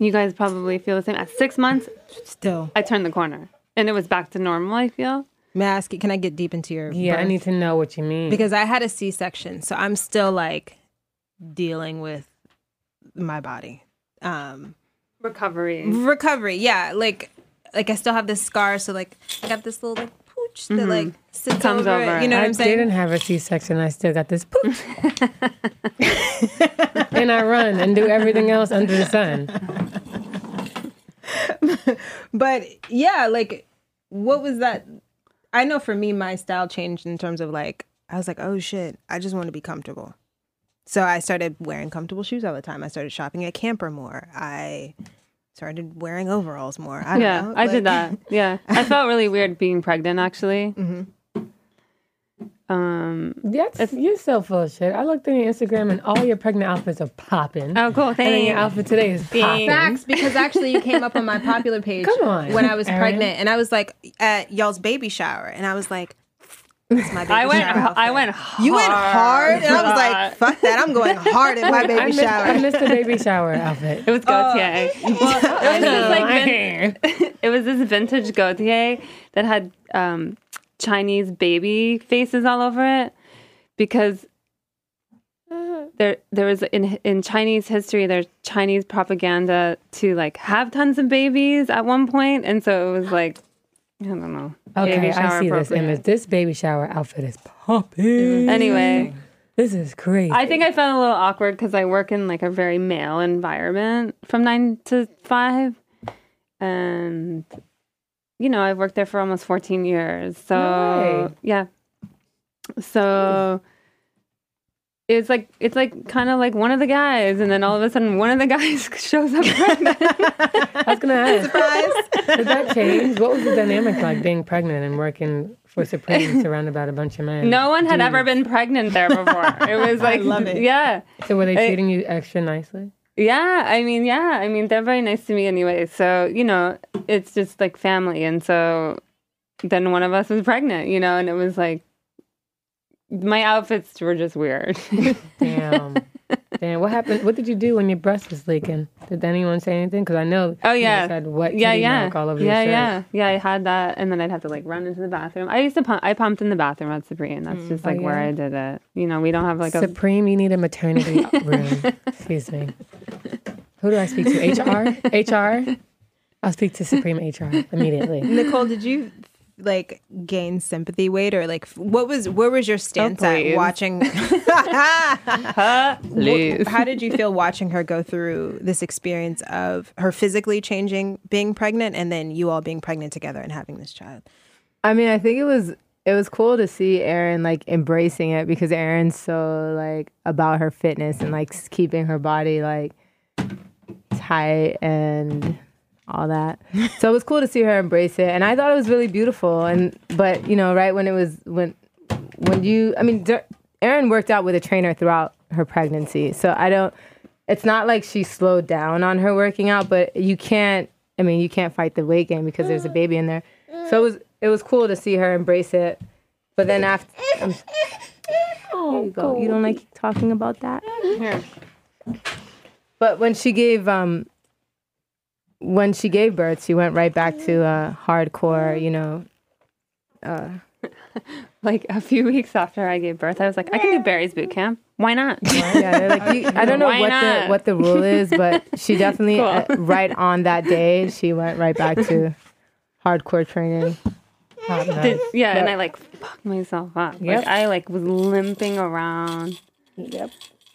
S5: You guys probably feel the same. At six months,
S1: Still.
S5: I turned the corner and it was back to normal, I feel.
S1: May I ask you, can I get deep into your.
S2: Yeah, I
S1: birth?
S2: need to know what you mean.
S1: Because I had a C section, so I'm still like dealing with my body. Um,
S5: Recovery.
S1: recovery yeah like like i still have this scar so like i got this little like pooch that like sits
S5: Comes
S1: over, it,
S5: over.
S1: you know what
S2: I
S1: i'm saying
S2: didn't have a C-section. I still got this poop. and I run and do everything else under the sun.
S1: but yeah like what was that i know for me my style changed in terms of like i was like oh shit i just want to be comfortable so i started wearing comfortable shoes all the time i started shopping at camper more i started wearing overalls more. I don't
S5: yeah,
S1: know.
S5: I did
S1: Like-
S5: that. Yeah, I felt really weird being pregnant. Actually,
S1: Mhm.
S2: Mm-hmm.
S5: um,
S2: That's you're so full of shit. I looked on your Instagram and all your pregnant outfits are popping.
S5: oh, cool.
S2: and then
S5: Thank
S2: your outfit today is popping.
S1: Facts, because actually you came up on my popular page
S2: Come on,
S1: when I was
S2: Erin.
S1: pregnant, and I was like at y'all's baby shower, and I was like, "That's my baby
S5: I went.
S1: shower." outfit."
S5: I went. Hard.
S1: You went hard, and I was like, "Fuck that! I'm going hard at my
S2: I
S1: baby
S2: missed, I
S1: shower."
S2: missed the baby shower outfit.
S5: It was Gautier.
S2: Oh.
S5: well, it was this like
S2: I
S5: vin-
S2: can't.
S5: it was this vintage Gautier that had um, Chinese baby faces all over it because there there was in in Chinese history there's Chinese propaganda to like have tons of babies at one point, and so it was like I don't know.
S2: Okay,
S5: baby
S2: I
S5: shower
S2: see this
S5: appropriate. Mm-hmm.
S2: image. This baby shower outfit is popping.
S5: Anyway,
S2: this is crazy.
S5: I think I felt a little awkward because I work in like a very male environment from nine to five, and you know I've worked there for almost fourteen years. So
S2: No way.
S5: yeah, so it's like it's like kind of like one of the guys, and then all of a sudden one of the guys shows up pregnant.
S2: I was gonna ask,
S1: Surprise!
S2: did that change? What was the dynamic like being pregnant and working for Supreme, surrounded by a bunch of men?
S5: no one had ever been pregnant there before. It was like
S1: love it.
S5: yeah.
S2: So were they
S5: I-
S2: treating you extra nicely?
S5: Yeah, I mean, yeah, I mean, they're very nice to me anyway. So, you know, it's just like family. And so then one of us was pregnant, you know, and it was like, my outfits were just weird.
S2: Damn. Damn. What happened? What did you do when your breast was leaking? Did anyone say anything? Because I know.
S5: Oh,
S2: You
S5: yeah.
S2: just had wet
S5: yeah,
S2: kitty
S5: yeah.
S2: milk all over
S5: yeah,
S2: your shirt.
S5: yeah. Yeah, I had that. And then I'd have to like run into the bathroom. I used to pump, I pumped in the bathroom at Sabrina. That's
S2: Mm,
S5: just
S2: oh,
S5: like where I did it. You know, we don't have like a.
S2: Supreme, you need a maternity room. Excuse me. Who do I speak to? HR? HR? I'll speak to Supreme HR immediately.
S1: Nicole, did you like gain sympathy weight, or like what was where was your stance
S5: please.
S1: at watching?
S5: Please.
S1: How did you feel watching her go through this experience of her physically changing, being pregnant, and then you all being pregnant together and having this child?
S6: I mean, I think it was it was cool to see Erin like embracing it because Erin's so like about her fitness and like s- keeping her body like tight and all that. so it was cool to see her embrace it, and I thought it was really beautiful. And but you know, right when it was when when you, I mean, dur- Erin worked out with a trainer throughout her pregnancy, so I don't. It's not like she slowed down on her working out, but you can't. I mean, you can't fight the weight gain because there's a baby in there. So it was it was cool to see her embrace it, but then after. I'm, there you go. You don't like talking about that. But when she gave um, when she gave birth, she went right back to uh, hardcore. You know,
S5: Like a few weeks after I gave birth, I was like, I can do Barry's boot camp. Why not?
S6: yeah, they're like, you, I don't know
S5: Why
S6: what
S5: not?
S6: the what the rule is, but she definitely
S5: Cool.
S6: uh, right on that day she went right back to hardcore training.
S2: Hot mess.
S5: Did- yeah, and I like fucked myself up.
S2: Yep.
S5: Like I like was limping around.
S1: Yeah,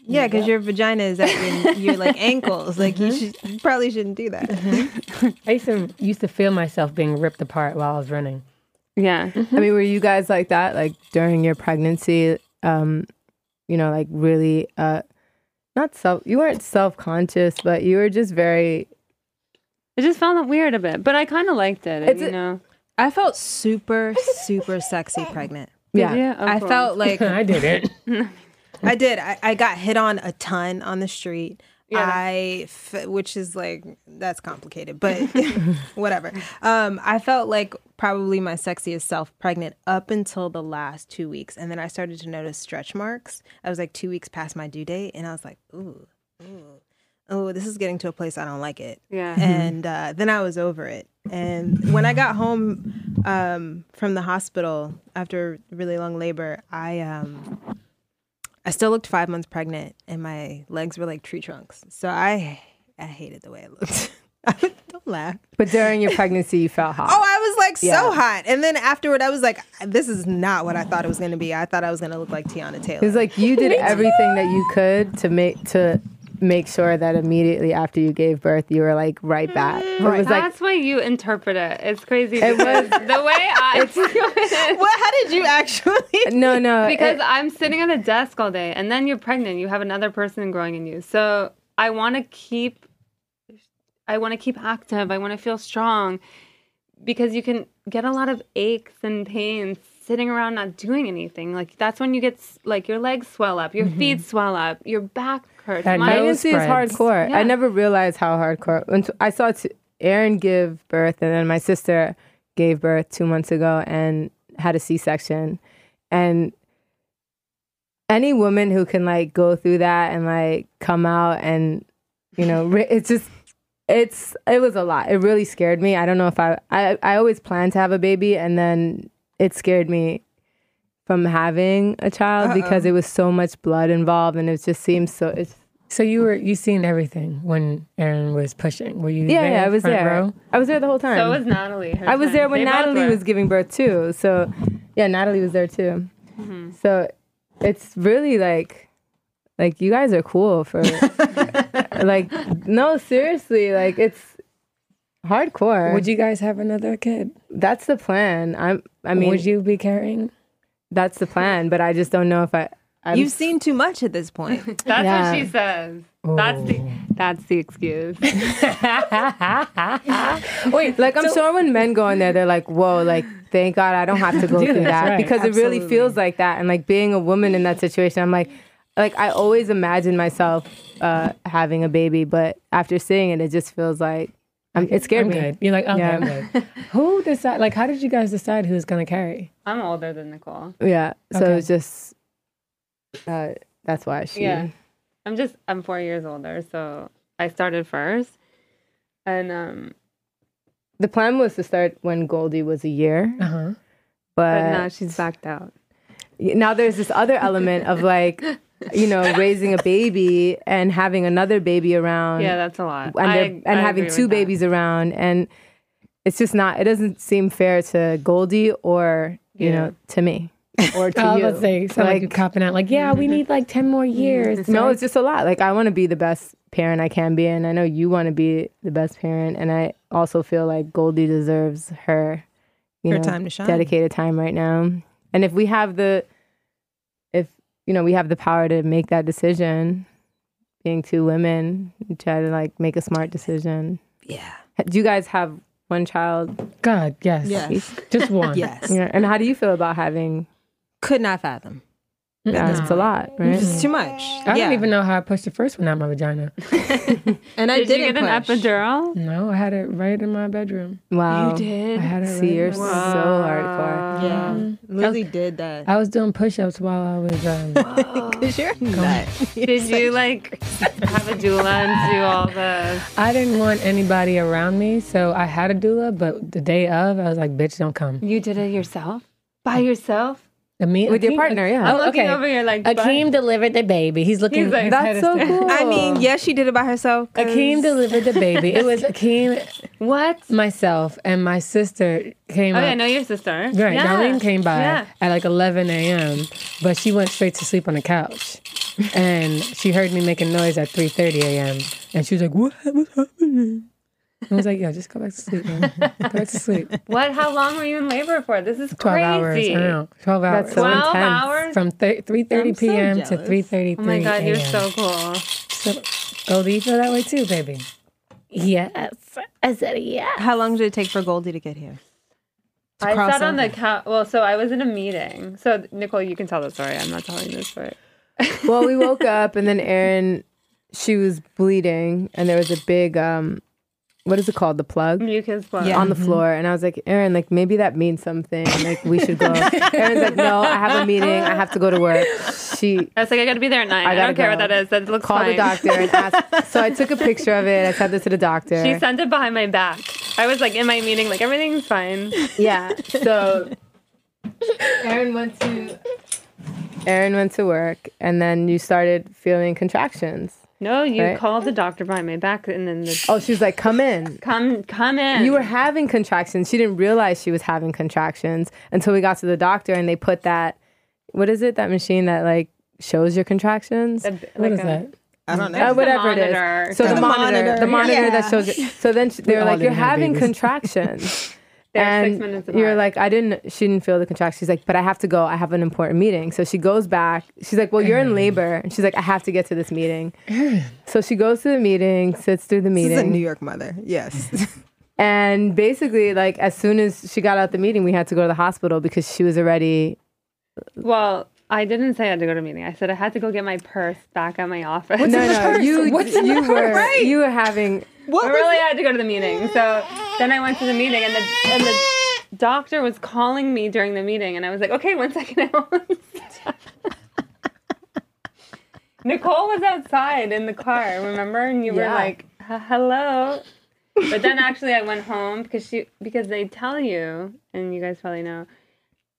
S1: Mm-hmm. because your vagina is at your, your like ankles. Like you should you probably shouldn't do that.
S2: I used to, used to feel myself being ripped apart while I was running.
S5: Yeah.
S6: I mean, were you guys like that, like during your pregnancy? Um, you know, like really, uh, not self. You weren't self conscious, but you were just very.
S5: It just felt weird a bit, but I kind of liked it.
S6: It's
S5: you
S6: a-
S5: know,
S1: I felt super super sexy pregnant.
S6: Yeah.
S5: of
S1: I
S5: course.
S1: felt like
S2: I didn't.
S1: I did. I, I got hit on a ton on the street.
S5: Yeah.
S1: I, f- which is like that's complicated, but whatever. Um, I felt like probably my sexiest self pregnant up until the last two weeks, and then I started to notice stretch marks. I was like two weeks past my due date, and I was like, ooh, ooh, ooh, this is getting to a place I don't like it.
S5: Yeah.
S1: And uh, then I was over it. And when I got home um, from the hospital after really long labor, I um, I still looked five months pregnant, and my legs were like tree trunks. So I, I hated the way I looked. Don't laugh.
S6: But during your pregnancy, you felt hot.
S1: Oh, I was like so
S6: Yeah.
S1: hot, and then afterward, I was like, "This is not what I thought it was going to be. I thought I was going to look like Tiana Taylor."
S6: It's like you did everything that you could to make to make sure that immediately after you gave birth, you were like right back. It was like
S5: That's why you interpret it. It's crazy.
S6: It
S5: because the way I do it.
S1: well, how did you actually?
S6: no, no,
S5: Because
S6: it-
S5: I'm sitting at a desk all day, and then you're pregnant. You have another person growing in you, so I want to keep I want to keep active. I want to feel strong because you can get a lot of aches and pains sitting around not doing anything. Like that's when you get s- like your legs swell up,
S6: Mm-hmm.
S5: your feet swell up, your back hurts.
S2: That
S5: Mine
S2: nose
S5: is
S6: Pregnancy is
S2: spreads.
S6: hardcore.
S5: Yeah.
S6: I never realized how hardcore. Until I saw t- Aaron give birth, and then my sister gave birth two months ago and had a C section. And any woman who can like go through that and like come out and you know, re- it's just it's it was a lot. It really scared me. I don't know if I I I always planned to have a baby, and then it scared me from having a child because it was so much blood involved, and it just seems so. It's
S2: So you were you seen everything when Aaron was pushing? Were you?
S6: Yeah,
S2: there,
S6: yeah, I was
S2: front
S6: there.
S2: Row?
S6: I was there the whole time.
S5: So was Natalie. her
S6: I was
S5: friend.
S6: there when
S5: They both
S6: Natalie
S5: were.
S6: was giving birth too. So, yeah, Natalie was there too.
S5: Mm-hmm.
S6: So, it's really like, like you guys are cool for, like, no, seriously, like it's hardcore.
S2: Would you guys have another kid?
S6: that's the plan. I'm. I mean,
S2: would you be carrying?
S6: that's the plan. But I just don't know if I. I'm,
S1: You've seen too much at this point.
S5: That's
S6: Yeah. Oh.
S5: what she says. That's the that's the excuse.
S2: Wait,
S6: Like I'm sure when men go in there, they're like, "Whoa!" Like, thank God I don't have to go
S2: Yeah,
S6: through
S2: that's
S6: that
S2: right.
S6: because it really feels like that. And like being a woman in that situation, I'm like, like I always imagine myself uh, having a baby, but after seeing it, it just feels like I'm, it scared
S2: I'm
S6: me.
S2: good. You're like, okay,
S6: Yeah.
S2: I'm good. Who decide? Like, how did you guys decide who's gonna carry?
S5: I'm older than Nicole.
S6: Yeah, so
S2: Okay.
S6: it's just uh, that's why she.
S5: Yeah. I'm just I'm four years older, so I started first. And um
S6: The plan was to start when Goldie was a year,
S2: Uh huh.
S5: but
S6: but,
S5: now she's backed out.
S6: now there's this other element of like, you know, raising a baby and having another baby around.
S5: Yeah, that's a lot.
S6: um, and,
S5: I-
S6: they're and
S5: I
S6: having
S5: agree with
S6: two
S5: that.
S6: babies around and it's just not it doesn't seem fair to goldie or you
S5: Yeah.
S6: know to me or to
S2: Oh,
S6: you
S2: let's say, so like, you copping out, like, yeah, we need like ten more years.
S6: no it's just a lot like i want to be the best parent i can be and i know you want to be the best parent and i also feel like goldie deserves her you
S1: Her
S6: know
S1: time to shine.
S6: dedicated time right now and if we have the if you know we have the power to make that decision being two women try to like make a smart decision
S1: yeah.
S6: Do you guys have one child?
S2: God, yes,
S1: Yes.
S2: just one.
S1: Yes.
S6: Yeah. And how do you feel about having
S1: Could not fathom.
S6: that? It's a lot, right?
S1: It's too much.
S2: I
S1: yeah.
S2: don't even know how I pushed the first one out of my vagina.
S1: And I
S5: Did you
S1: didn't
S5: get an
S1: push.
S5: epidural?
S2: No, I had it right in my bedroom.
S6: Wow.
S5: You did.
S2: I had it. Right
S6: See,
S2: in
S6: you're
S2: my-
S6: so hardcore.
S1: Yeah. Lily did that.
S2: I was doing push-ups while I was um,
S1: Cause you're nut.
S5: Did you like have a doula and do all the?
S2: I didn't want anybody around me, so I had a doula. But the day of, I was like, "Bitch, don't come."
S5: You did it yourself by yourself.
S2: And me-
S6: With your
S2: Akeem-
S6: partner,
S5: I'm
S6: yeah.
S5: looking
S2: okay.
S5: over here like
S2: Akeem delivered the baby. He's looking.
S5: He's like,
S2: his head
S6: That's
S2: is
S6: so
S2: down.
S6: cool.
S1: I mean, yes, she did it by herself. 'cause-
S2: Akeem delivered the baby. It was Akeem,
S5: but- what?
S2: myself, and my sister came.
S5: Oh,
S2: up.
S5: yeah, I know your sister.
S2: Right,
S5: yeah.
S2: Darlene came by
S5: Yeah.
S2: at like 11 a.m., but she went straight to sleep on the couch, and she heard me making noise at 3:30 a.m. and she was like, "What was happening?" I was like, "Yo, just go back to sleep, man. Go back to sleep."
S5: What? How long were you in labor for? This is
S2: 12 hours.
S5: crazy.
S2: I know. 12 hours.
S6: That's so
S5: Twelve
S6: intense.
S5: hours.
S2: From thir- 3.30
S1: so
S2: p.m. to
S1: jealous.
S2: 3.33
S5: Oh my god, you're
S2: a.m..
S5: so cool.
S2: So, Goldie, you feel that way too, baby? Yes. I said yeah.
S1: How long did it take for Goldie to get here? To
S5: I
S1: cross
S5: sat on the
S1: over?
S5: couch. Well, so I was in a meeting. So Nicole, you can tell the story. I'm not telling this story.
S6: well, we woke up and then Erin, she was bleeding and there was a big, um, what is it called? The plug?
S5: Mucus plug.
S1: Yeah.
S6: on the floor and I was like, Erin, like maybe that means something. Like we should go. Erin's like, no, I have a meeting. I have to go to work. She
S5: I was like, I gotta be there at nine. I,
S6: gotta
S5: don't care what
S6: go.
S5: that is. That looks
S6: called
S5: fine.
S6: the doctor and asked. So I took a picture of it. I sent this to the doctor.
S5: She sent it behind my back. I was like in my meeting, like everything's fine.
S6: Yeah. So Aaron went to Aaron went to work and then you started feeling contractions.
S5: No, you
S6: Right.
S5: called the doctor behind my back, and then the,
S6: Oh, she was like, "Come in."
S5: come come in.
S6: You were having contractions. She didn't realize she was having contractions until we got to the doctor and they put that what is it? That machine that like shows your contractions?
S5: A-
S2: What
S5: like
S2: is
S5: a-
S2: that?
S1: I don't know.
S6: Uh,
S5: the
S6: whatever it
S5: monitor.
S6: is. So the,
S1: The
S6: monitor,
S1: monitor.
S6: the monitor
S1: Yeah.
S6: that shows. It. So then she, they
S2: We
S6: were
S2: all
S6: like,
S2: didn't
S6: "You're
S2: have
S6: having
S2: babies."
S6: contractions,"
S5: They're
S6: and
S5: six minutes
S6: you're
S5: apart.
S6: like, I didn't. She didn't feel the contraction. She's like, but I have to go. I have an important meeting. So she goes back. She's like, well, you're in labor. And she's like, I have to get to this meeting. So she goes to the meeting, sits through the
S1: This is a New
S6: meeting,
S1: York mother. Yes.
S6: and basically, like, as soon as she got out the meeting, we had to go to the hospital because she was already.
S5: Well, I didn't say I had to go to a meeting. I said I had to go get my purse back at my office.
S6: no,
S5: I
S6: no, you
S2: What's in
S6: you
S2: the
S6: were
S2: purse? Right.
S6: you were having
S1: what was
S5: really had to go to the meeting. So then I went to the meeting, and the and the doctor was calling me during the meeting, and I was like, okay, one second. I won't stop." Nicole was outside in the car, remember? And you
S6: Yeah.
S5: were like, "H- hello. But then actually, I went home because she because they tell you, and you guys probably know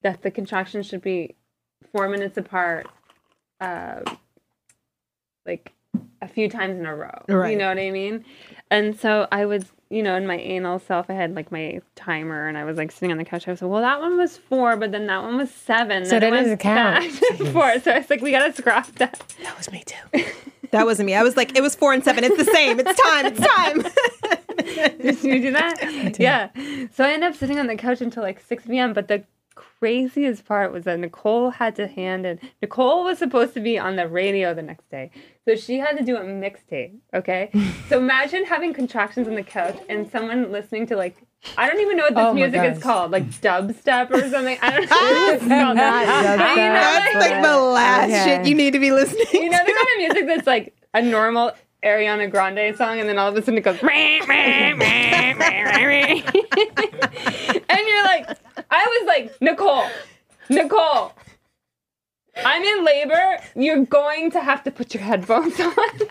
S5: that the contractions should be four minutes apart, uh, like a few times in a row. You
S1: Right.
S5: know what I mean? And so I was, you know, in my anal self, I had like my timer, and I was like sitting on the couch. I was like, well, that one was four, but then that one was seven.
S2: So
S5: then
S2: that
S5: it
S2: doesn't
S5: went
S2: count.
S5: back to Four. So I was like, we gotta scrap that.
S2: That was me too.
S1: That wasn't me. I was like, it was four and seven. It's the same. It's time. It's time.
S5: Did you do that? yeah. So I ended up sitting on the couch until like 6 p.m. But the craziest part was that Nicole had to hand in. Nicole was supposed to be on the radio the next day. So she had to do a mixtape. Okay. so imagine having contractions on the couch and someone listening to like, I don't even know what this
S2: Oh my
S5: music is
S2: gosh.
S5: called, like dubstep or something. I don't know. What it's called. I mean, I'm
S1: That's like the last shit you need to be listening
S5: you know the
S1: to.
S5: kind of music that's like a normal Ariana Grande song, and then all of a sudden it goes, "Meh, meh, meh, meh, meh, meh." and you're like, I was like, Nicole, Nicole, I'm in labor. You're going to have to put your headphones on.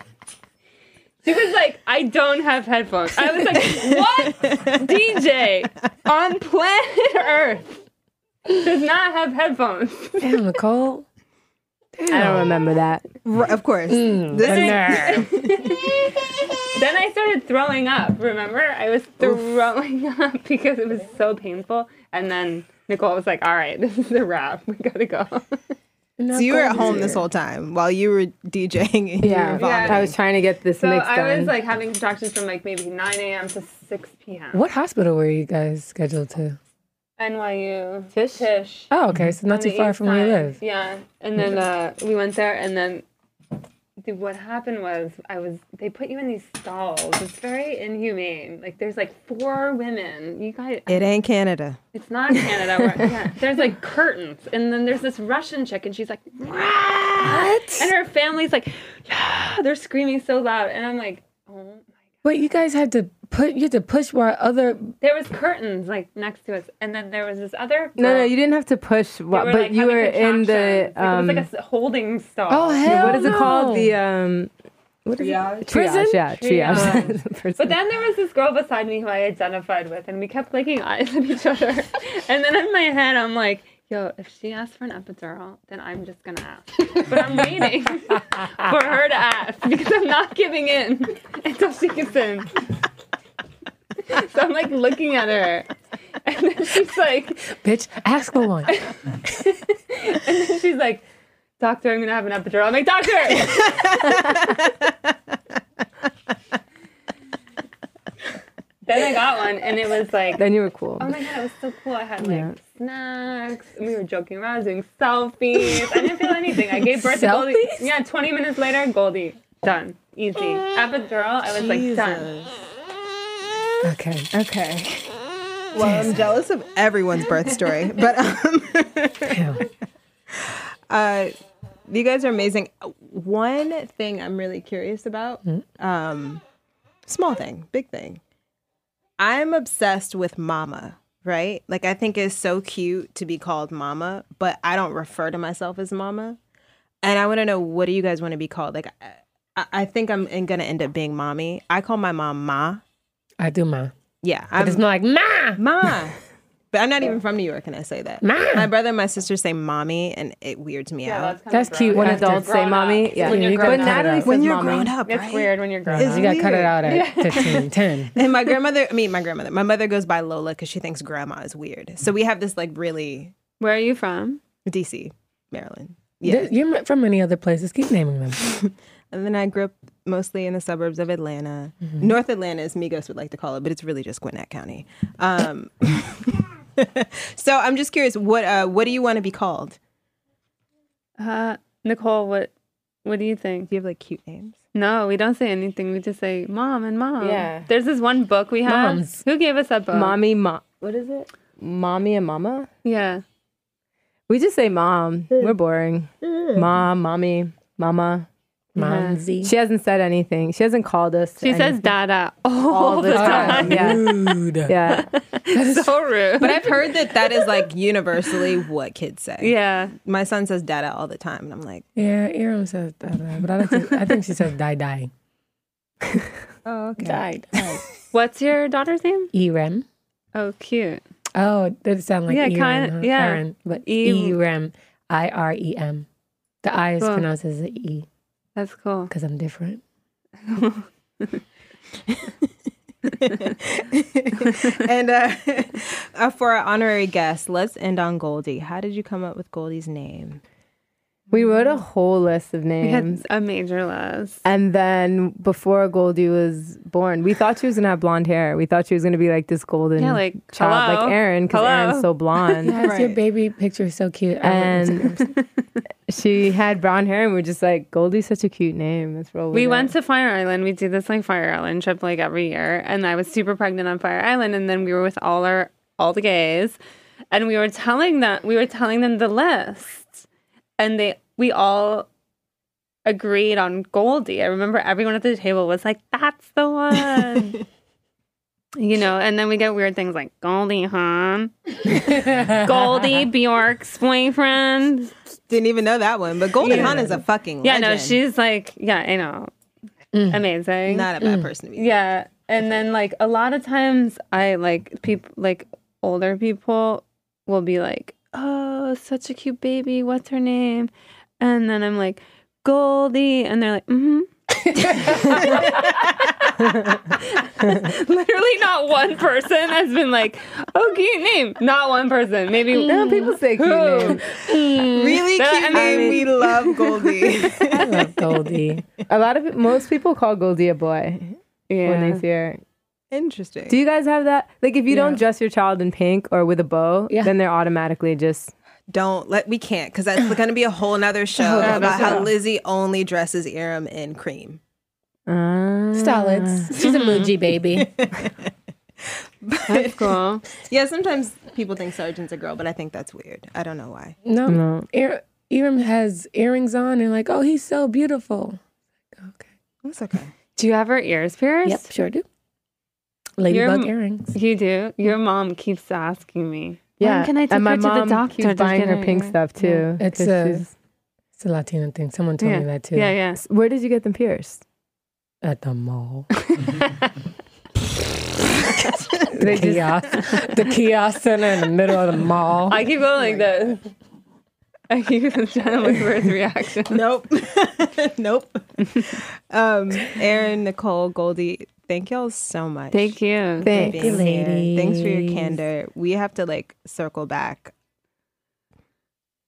S5: She was like, I don't have headphones. I was like, what DJ on planet Earth does not have headphones?
S2: Damn, Nicole.
S6: I don't remember that.
S1: R- Of course.
S6: Mm,
S1: this is,
S5: Then I started throwing up, remember? I was throwing up because it was so painful. And then Nicole was like, all right, this is a wrap. We gotta go.
S1: so you were at home this whole time while you were DJing. And You
S6: Yeah,
S1: were vomiting.
S6: I was trying to get this
S5: So
S6: mix
S5: I was
S6: done.
S5: like having contractions from like maybe 9 a.m. to 6 p.m.
S2: What hospital were you guys scheduled to?
S5: NYU.
S6: Tisch?
S5: Tish.
S2: Oh, okay. So not
S5: Mm-hmm. on
S2: too
S5: the
S2: far
S5: east
S2: from where you
S5: side.
S2: live. Mm-hmm.
S5: Yeah. And then uh, we went there, and then dude, what happened was I was they put you in these stalls. It's very inhumane. Like there's like four women. You guys,
S1: It ain't Canada.
S5: It's not Canada. Where, yeah, there's like curtains, and then there's this Russian chick, and she's like, what? And her family's like, yeah, they're screaming so loud, and I'm like, oh.
S2: Wait, you guys had to put you had to push while other
S5: There was curtains like next to us, and then there was this other.
S6: no, no,
S5: girl.
S6: you didn't have to push,
S5: They
S6: but
S5: were, like,
S6: you
S5: having
S6: were in the
S5: contractions.
S6: um,
S5: Like, it was like a s- holding stall.
S2: Oh hell.
S6: what is it
S2: no.
S6: called? The um, what is it?
S2: Prison?
S6: Triage, yeah, triage.
S5: But then there was this girl beside me who I identified with, and we kept clicking eyes at each other. and then in my head, I'm like, yo, if she asks for an epidural, then I'm just gonna ask. But I'm waiting for her to ask because I'm not giving in until she gets in. So I'm like looking at her. And then she's like,
S2: Bitch, ask for one.
S5: she's like, Doctor, I'm gonna have an epidural. I'm like, Doctor! then I got one, and it was like,
S6: then you were cool.
S5: Oh my god, it was so cool. I had like
S6: Yeah.
S5: snacks. And we were joking around, doing selfies. I didn't feel anything. I gave birth to Goldie.
S2: Selfies?
S5: Yeah, 20 minutes later, Goldie. Done. Easy. Epidural, I was like done.
S2: Okay.
S1: Okay. Well, I'm jealous of everyone's birth story, but um,
S2: Damn.
S1: uh, you guys are amazing. One thing I'm really curious about, um, small thing, big thing. I'm obsessed with mama, right? Like I think it's so cute to be called mama, but I don't refer to myself as mama. And I want to know what do you guys want to be called? Like I- I, I think I'm going to end up being mommy. I call my mom ma.
S2: I do mine.
S1: Yeah,
S2: But
S1: I'm
S2: it's not like ma.
S1: Ma. But I'm not even from New York, and I say that.
S2: Ma.
S1: My brother and my sister say mommy, and it weirds me
S5: Yeah,
S1: out.
S5: that's, kind
S2: That's
S5: of
S2: cute.
S6: when
S2: After-
S6: adults say
S5: grown up.
S6: mommy,
S5: When
S6: yeah.
S5: you're
S6: But
S5: grown up.
S6: Natalie
S2: That's
S6: says
S1: when you're
S6: mommy.
S1: grown up,
S5: It's
S1: right?
S5: weird when you're grown
S1: It's
S5: up.
S2: You got cut it
S1: weird.
S2: out at 15, 10.
S1: And my grandmother, I mean, my grandmother, my mother goes by Lola because she thinks grandma is weird. So we have this like really
S5: Where are you from?
S1: DC, Maryland. Yeah.
S2: Th- You're not from any other places. Keep naming them.
S1: And then I grew up mostly in the suburbs of Atlanta. North Atlanta, as Migos would like to call it, but it's really just Gwinnett County. Um, so I'm just curious, what uh, what do you want to be called?
S5: Uh, Nicole, what what do you think?
S1: Do you have like cute names?
S5: No, we don't say anything. We just say mom and mom.
S6: Yeah.
S5: There's this one book we have.
S2: Moms.
S5: Who gave us that book?
S6: mommy, mom,
S5: What is it?
S6: mommy, and mama.
S5: Yeah.
S6: We just say mom. We're boring.
S5: Mm.
S6: Mom, mommy, mama.
S2: Momsy.
S6: She hasn't said anything. She hasn't called us. to
S5: She says
S6: anything.
S5: dada all, the time.
S6: Yeah,
S2: Rude.
S6: yeah.
S5: so rude.
S1: But I've heard that that is like universally what kids say.
S5: yeah.
S1: My son says dada all the time, and I'm like,
S2: Yeah, Iram says that, uh, but I, like to, I think she says die die.
S1: oh, okay.
S2: Die die.
S5: What's your daughter's name?
S2: Iram.
S5: Oh, cute.
S2: Oh, it did sound like
S5: Yeah,
S2: Iram,
S5: kind-
S2: huh?
S5: yeah.
S2: Iram, but
S5: E-
S2: Iram, I R E M. The I is
S5: Cool.
S2: pronounced as an E
S5: That's cool.
S2: because I'm different.
S1: and uh, uh, for our honorary guest, let's end on Goldie. How did you come up with Goldie's name?
S6: We wrote a whole list of
S5: We
S6: names.
S5: had a major loss.
S6: And then before Goldie was born, we thought she was gonna have blonde hair. We thought she was gonna be like this golden
S5: Yeah, like,
S6: child,
S5: hello?
S6: like Aaron, because
S5: Hello?
S6: Aaron's so blonde.
S2: Guys, your baby picture is so cute. I love it.
S6: and she had brown hair, and we are just like, Goldie's such a cute name. Let's roll. With
S5: We
S6: it.
S5: went to Fire Island. We do this like Fire Island trip like every year, and I was super pregnant on Fire Island, and then we were with all our all the gays, and we were telling them we were telling them the list, and they we all agreed on Goldie. I remember everyone at the table was like, "That's the one." You know, and then we get weird things like Goldie Hawn, Goldie Bjork's boyfriend.
S1: Didn't even know that one, but Goldie Hawn is a fucking
S5: Yeah, no,
S1: legend. Mm.
S5: she's like, yeah, I know, amazing.
S1: not a bad person to be.
S5: Mm. Yeah. And then like a lot of times I like people like older people will be like, "Oh, such a cute baby. What's her name?" And then I'm like, "Goldie." And they're like, "Mhm." Literally not one person has been like, "Oh, cute name." Not one person. Maybe
S6: No, people say cute
S5: Who?
S6: names.
S1: Really
S5: That-
S1: cute
S5: I
S1: name.
S5: mean-
S1: we love Goldie.
S2: I love Goldie.
S6: A lot of most people call Goldie a boy when
S5: Yeah.
S6: they see her.
S1: Interesting.
S6: Do you guys have that? Like, if you don't dress your child in pink or with a bow,
S2: Yeah.
S6: then they're automatically just
S1: Don't let we can't because that's going to be a whole
S5: Oh,
S1: nother show about how Lizzie only dresses Aram in cream.
S6: uh,
S2: Solids. She's a Muji baby.
S5: That's cool.
S1: Yeah, sometimes people think Sergeant's a girl, but I think that's weird. I don't know why.
S6: ah,
S2: No. Ir- Iram has earrings on and like, oh, he's so beautiful. Okay.
S1: That's okay.
S5: Do you have her ears pierced?
S2: Yep, sure do. Ladybug
S5: Your-
S2: earrings.
S5: You do. Your mom keeps asking me.
S6: Yeah,
S5: When can I take
S6: and my
S5: her to the
S6: mom
S5: doctor
S6: keeps
S5: to
S6: buying
S5: get
S6: her
S5: her-
S6: pink
S5: yeah.
S6: stuff too.
S2: It's
S6: 'cause
S2: a-
S6: she's-
S2: It's a Latino thing. Someone told
S5: yeah.
S2: me that too.
S5: Yeah, yeah.
S6: Where did you get them pierced?
S2: At the mall.
S6: They just
S2: kiosk. the kiosk center in the middle of the mall.
S5: I keep going like this. I keep trying to look for his reaction.
S1: Nope. nope. um, Aaron, Nicole, Goldie, thank y'all so much.
S5: Thank you.
S1: for
S6: think.
S1: being here. Thanks for your
S2: ladies.
S1: candor. We have to like circle back for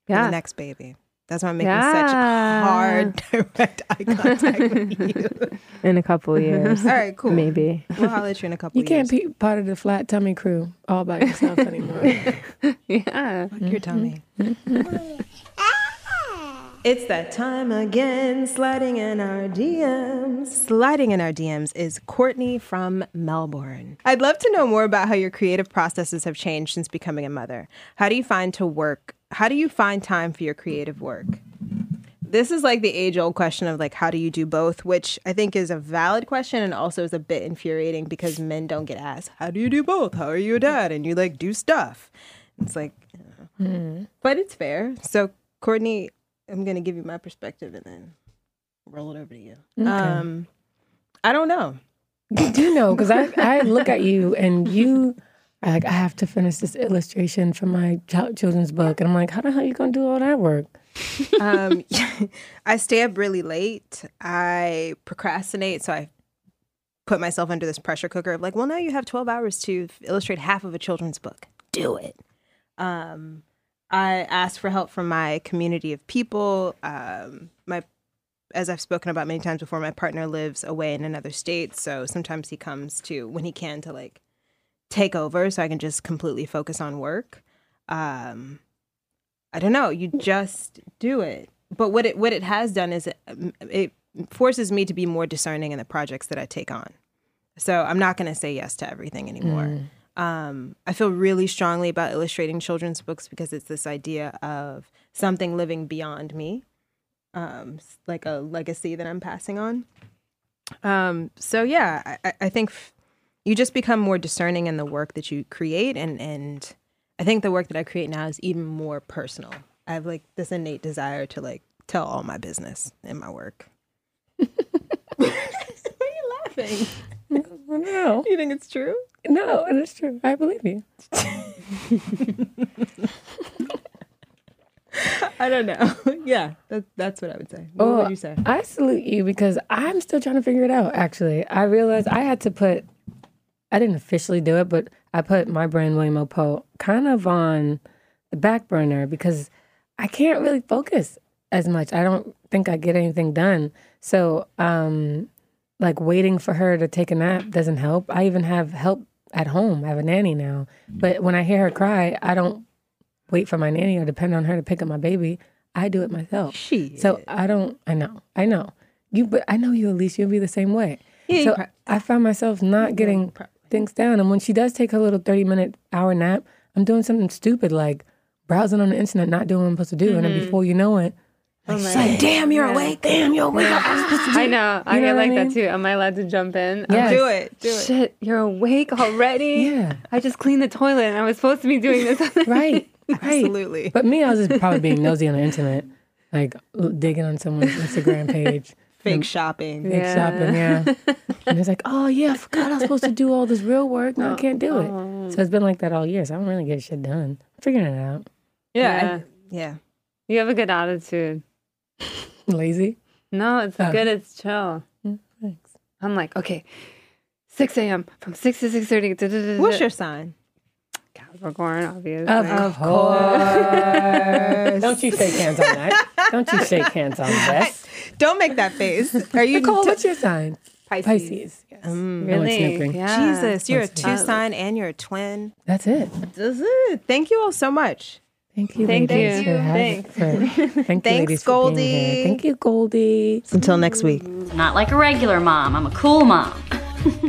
S1: the
S5: Yeah.
S1: next baby. That's why I'm making such
S5: Yeah.
S1: hard direct eye contact with you.
S6: In a couple years,
S1: All right, cool.
S6: maybe.
S1: We'll holler at you in a couple
S2: you can't
S1: years.
S2: be part of the flat tummy crew all by yourself anymore.
S5: Yeah.
S1: Fuck your tummy. It's that time again, sliding in our DMs. Sliding in our DMs is Courtney from Melbourne. I'd love to know more about how your creative processes have changed since becoming a mother. How do you find to work? How do you find time for your creative work? This is like the age old question of like how do you do both, which I think is a valid question and also is a bit infuriating because men don't get asked, how do you do both? How are you a dad? And you like do stuff. It's like but it's fair. So, Courtney, I'm going to give you my perspective and then roll it over to you. Um, I don't know.
S2: you do know, because I, I look at you and you are like, I have to finish this illustration for my child, children's book. And I'm like, how the hell you going to do all that work?
S1: Um, I stay up really late. I procrastinate. So, I put myself under this pressure cooker of like, well, now you have 12 hours to f- illustrate half of a children's book. Do it. Um, I asked for help from my community of people. Um, my as I've spoken about many times before, my partner lives away in another state, so sometimes he comes to when he can to like take over, so I can just completely focus on work. Um, I don't know. You just do it. But what it what it has done is it, um, it forces me to be more discerning in the projects that I take on. So I'm not going to say yes to everything anymore. Um, I feel really strongly about illustrating children's books because it's this idea of something living beyond me, um, s- like a legacy that I'm passing on. Um, so yeah, I- I, I think f- you just become more discerning in the work that you create, and and I think the work that I create now is even more personal. I have like this innate desire to like tell all my business in my work. Why are you laughing?
S2: No,
S1: You think it's true?
S2: no, that's true. I believe you.
S1: I don't know. yeah, that, that's what I would say. What would you say?
S2: I salute you because I'm still trying to figure it out. Actually, I realized I had to put. I didn't officially do it, but I put my brand William O. Poe kind of on the back burner because I can't really focus as much. I don't think I get anything done. So, um, like waiting for her to take a nap doesn't help. I even have help at home. I have a nanny now, but when I hear her cry, I don't wait for my nanny or depend on her to pick up my baby. I do it myself.
S1: She.
S2: So I don't. I know. I know you, but I know you, Elise. You'll be the same way.
S1: Yeah, you
S2: so
S1: prob-
S2: I found myself not getting things down, and when she does take her little thirty-minute hour nap, I'm doing something stupid like browsing on the internet, not doing what I'm supposed to do, and
S1: Mm-hmm.
S2: then before you know it, like, she's like, "Damn, you're awake! Damn, you're awake! I was supposed to do."
S5: I know. I
S2: You know
S5: get
S2: what I
S5: like
S2: mean?
S5: that too. Am I allowed to jump in?
S2: Yes.
S1: do it. Do it.
S5: Shit, you're awake already?
S2: Yeah.
S5: I just cleaned the toilet and I was supposed to be doing this.
S2: Right. Right.
S1: Absolutely.
S2: But me, I was just probably being nosy on the internet, like l- digging on someone's Instagram page.
S1: Fake shopping.
S2: Big
S5: Yeah.
S2: shopping, yeah. and it's like, oh yeah, I forgot I was supposed to do all this real work. Now I can't do it. So it's been like that all year. So I don't really get shit done. I'm figuring it out.
S5: Yeah.
S1: I- yeah.
S5: You have a good attitude.
S2: Lazy.
S5: No, it's
S2: Oh.
S5: good. It's chill.
S2: Thanks.
S5: I'm like, okay, 6 a.m. from 6 to 6.30. Da, da, da, da.
S1: What's your sign?
S5: Capricorn, obviously.
S2: Of, course. don't you shake hands on that. Don't you shake hands on this.
S1: Don't make that face. Are you
S2: Nicole,
S1: t-
S2: what's your sign?
S1: Pisces?
S2: Pisces. Yes.
S5: Mm.
S2: No, it's snooping.
S5: Yeah.
S1: Jesus, you're a
S2: Pisces.
S1: two sign and you're a twin.
S2: That's it.
S1: This is- Thank you all so much.
S2: Thank you,
S5: Thank
S2: ladies,
S5: you.
S2: for having for- thank you,
S1: Thanks,
S2: ladies, for being here.
S1: Goldie.
S2: Thank you, Goldie.
S1: Until next week.
S7: Not like a regular mom. I'm a cool mom.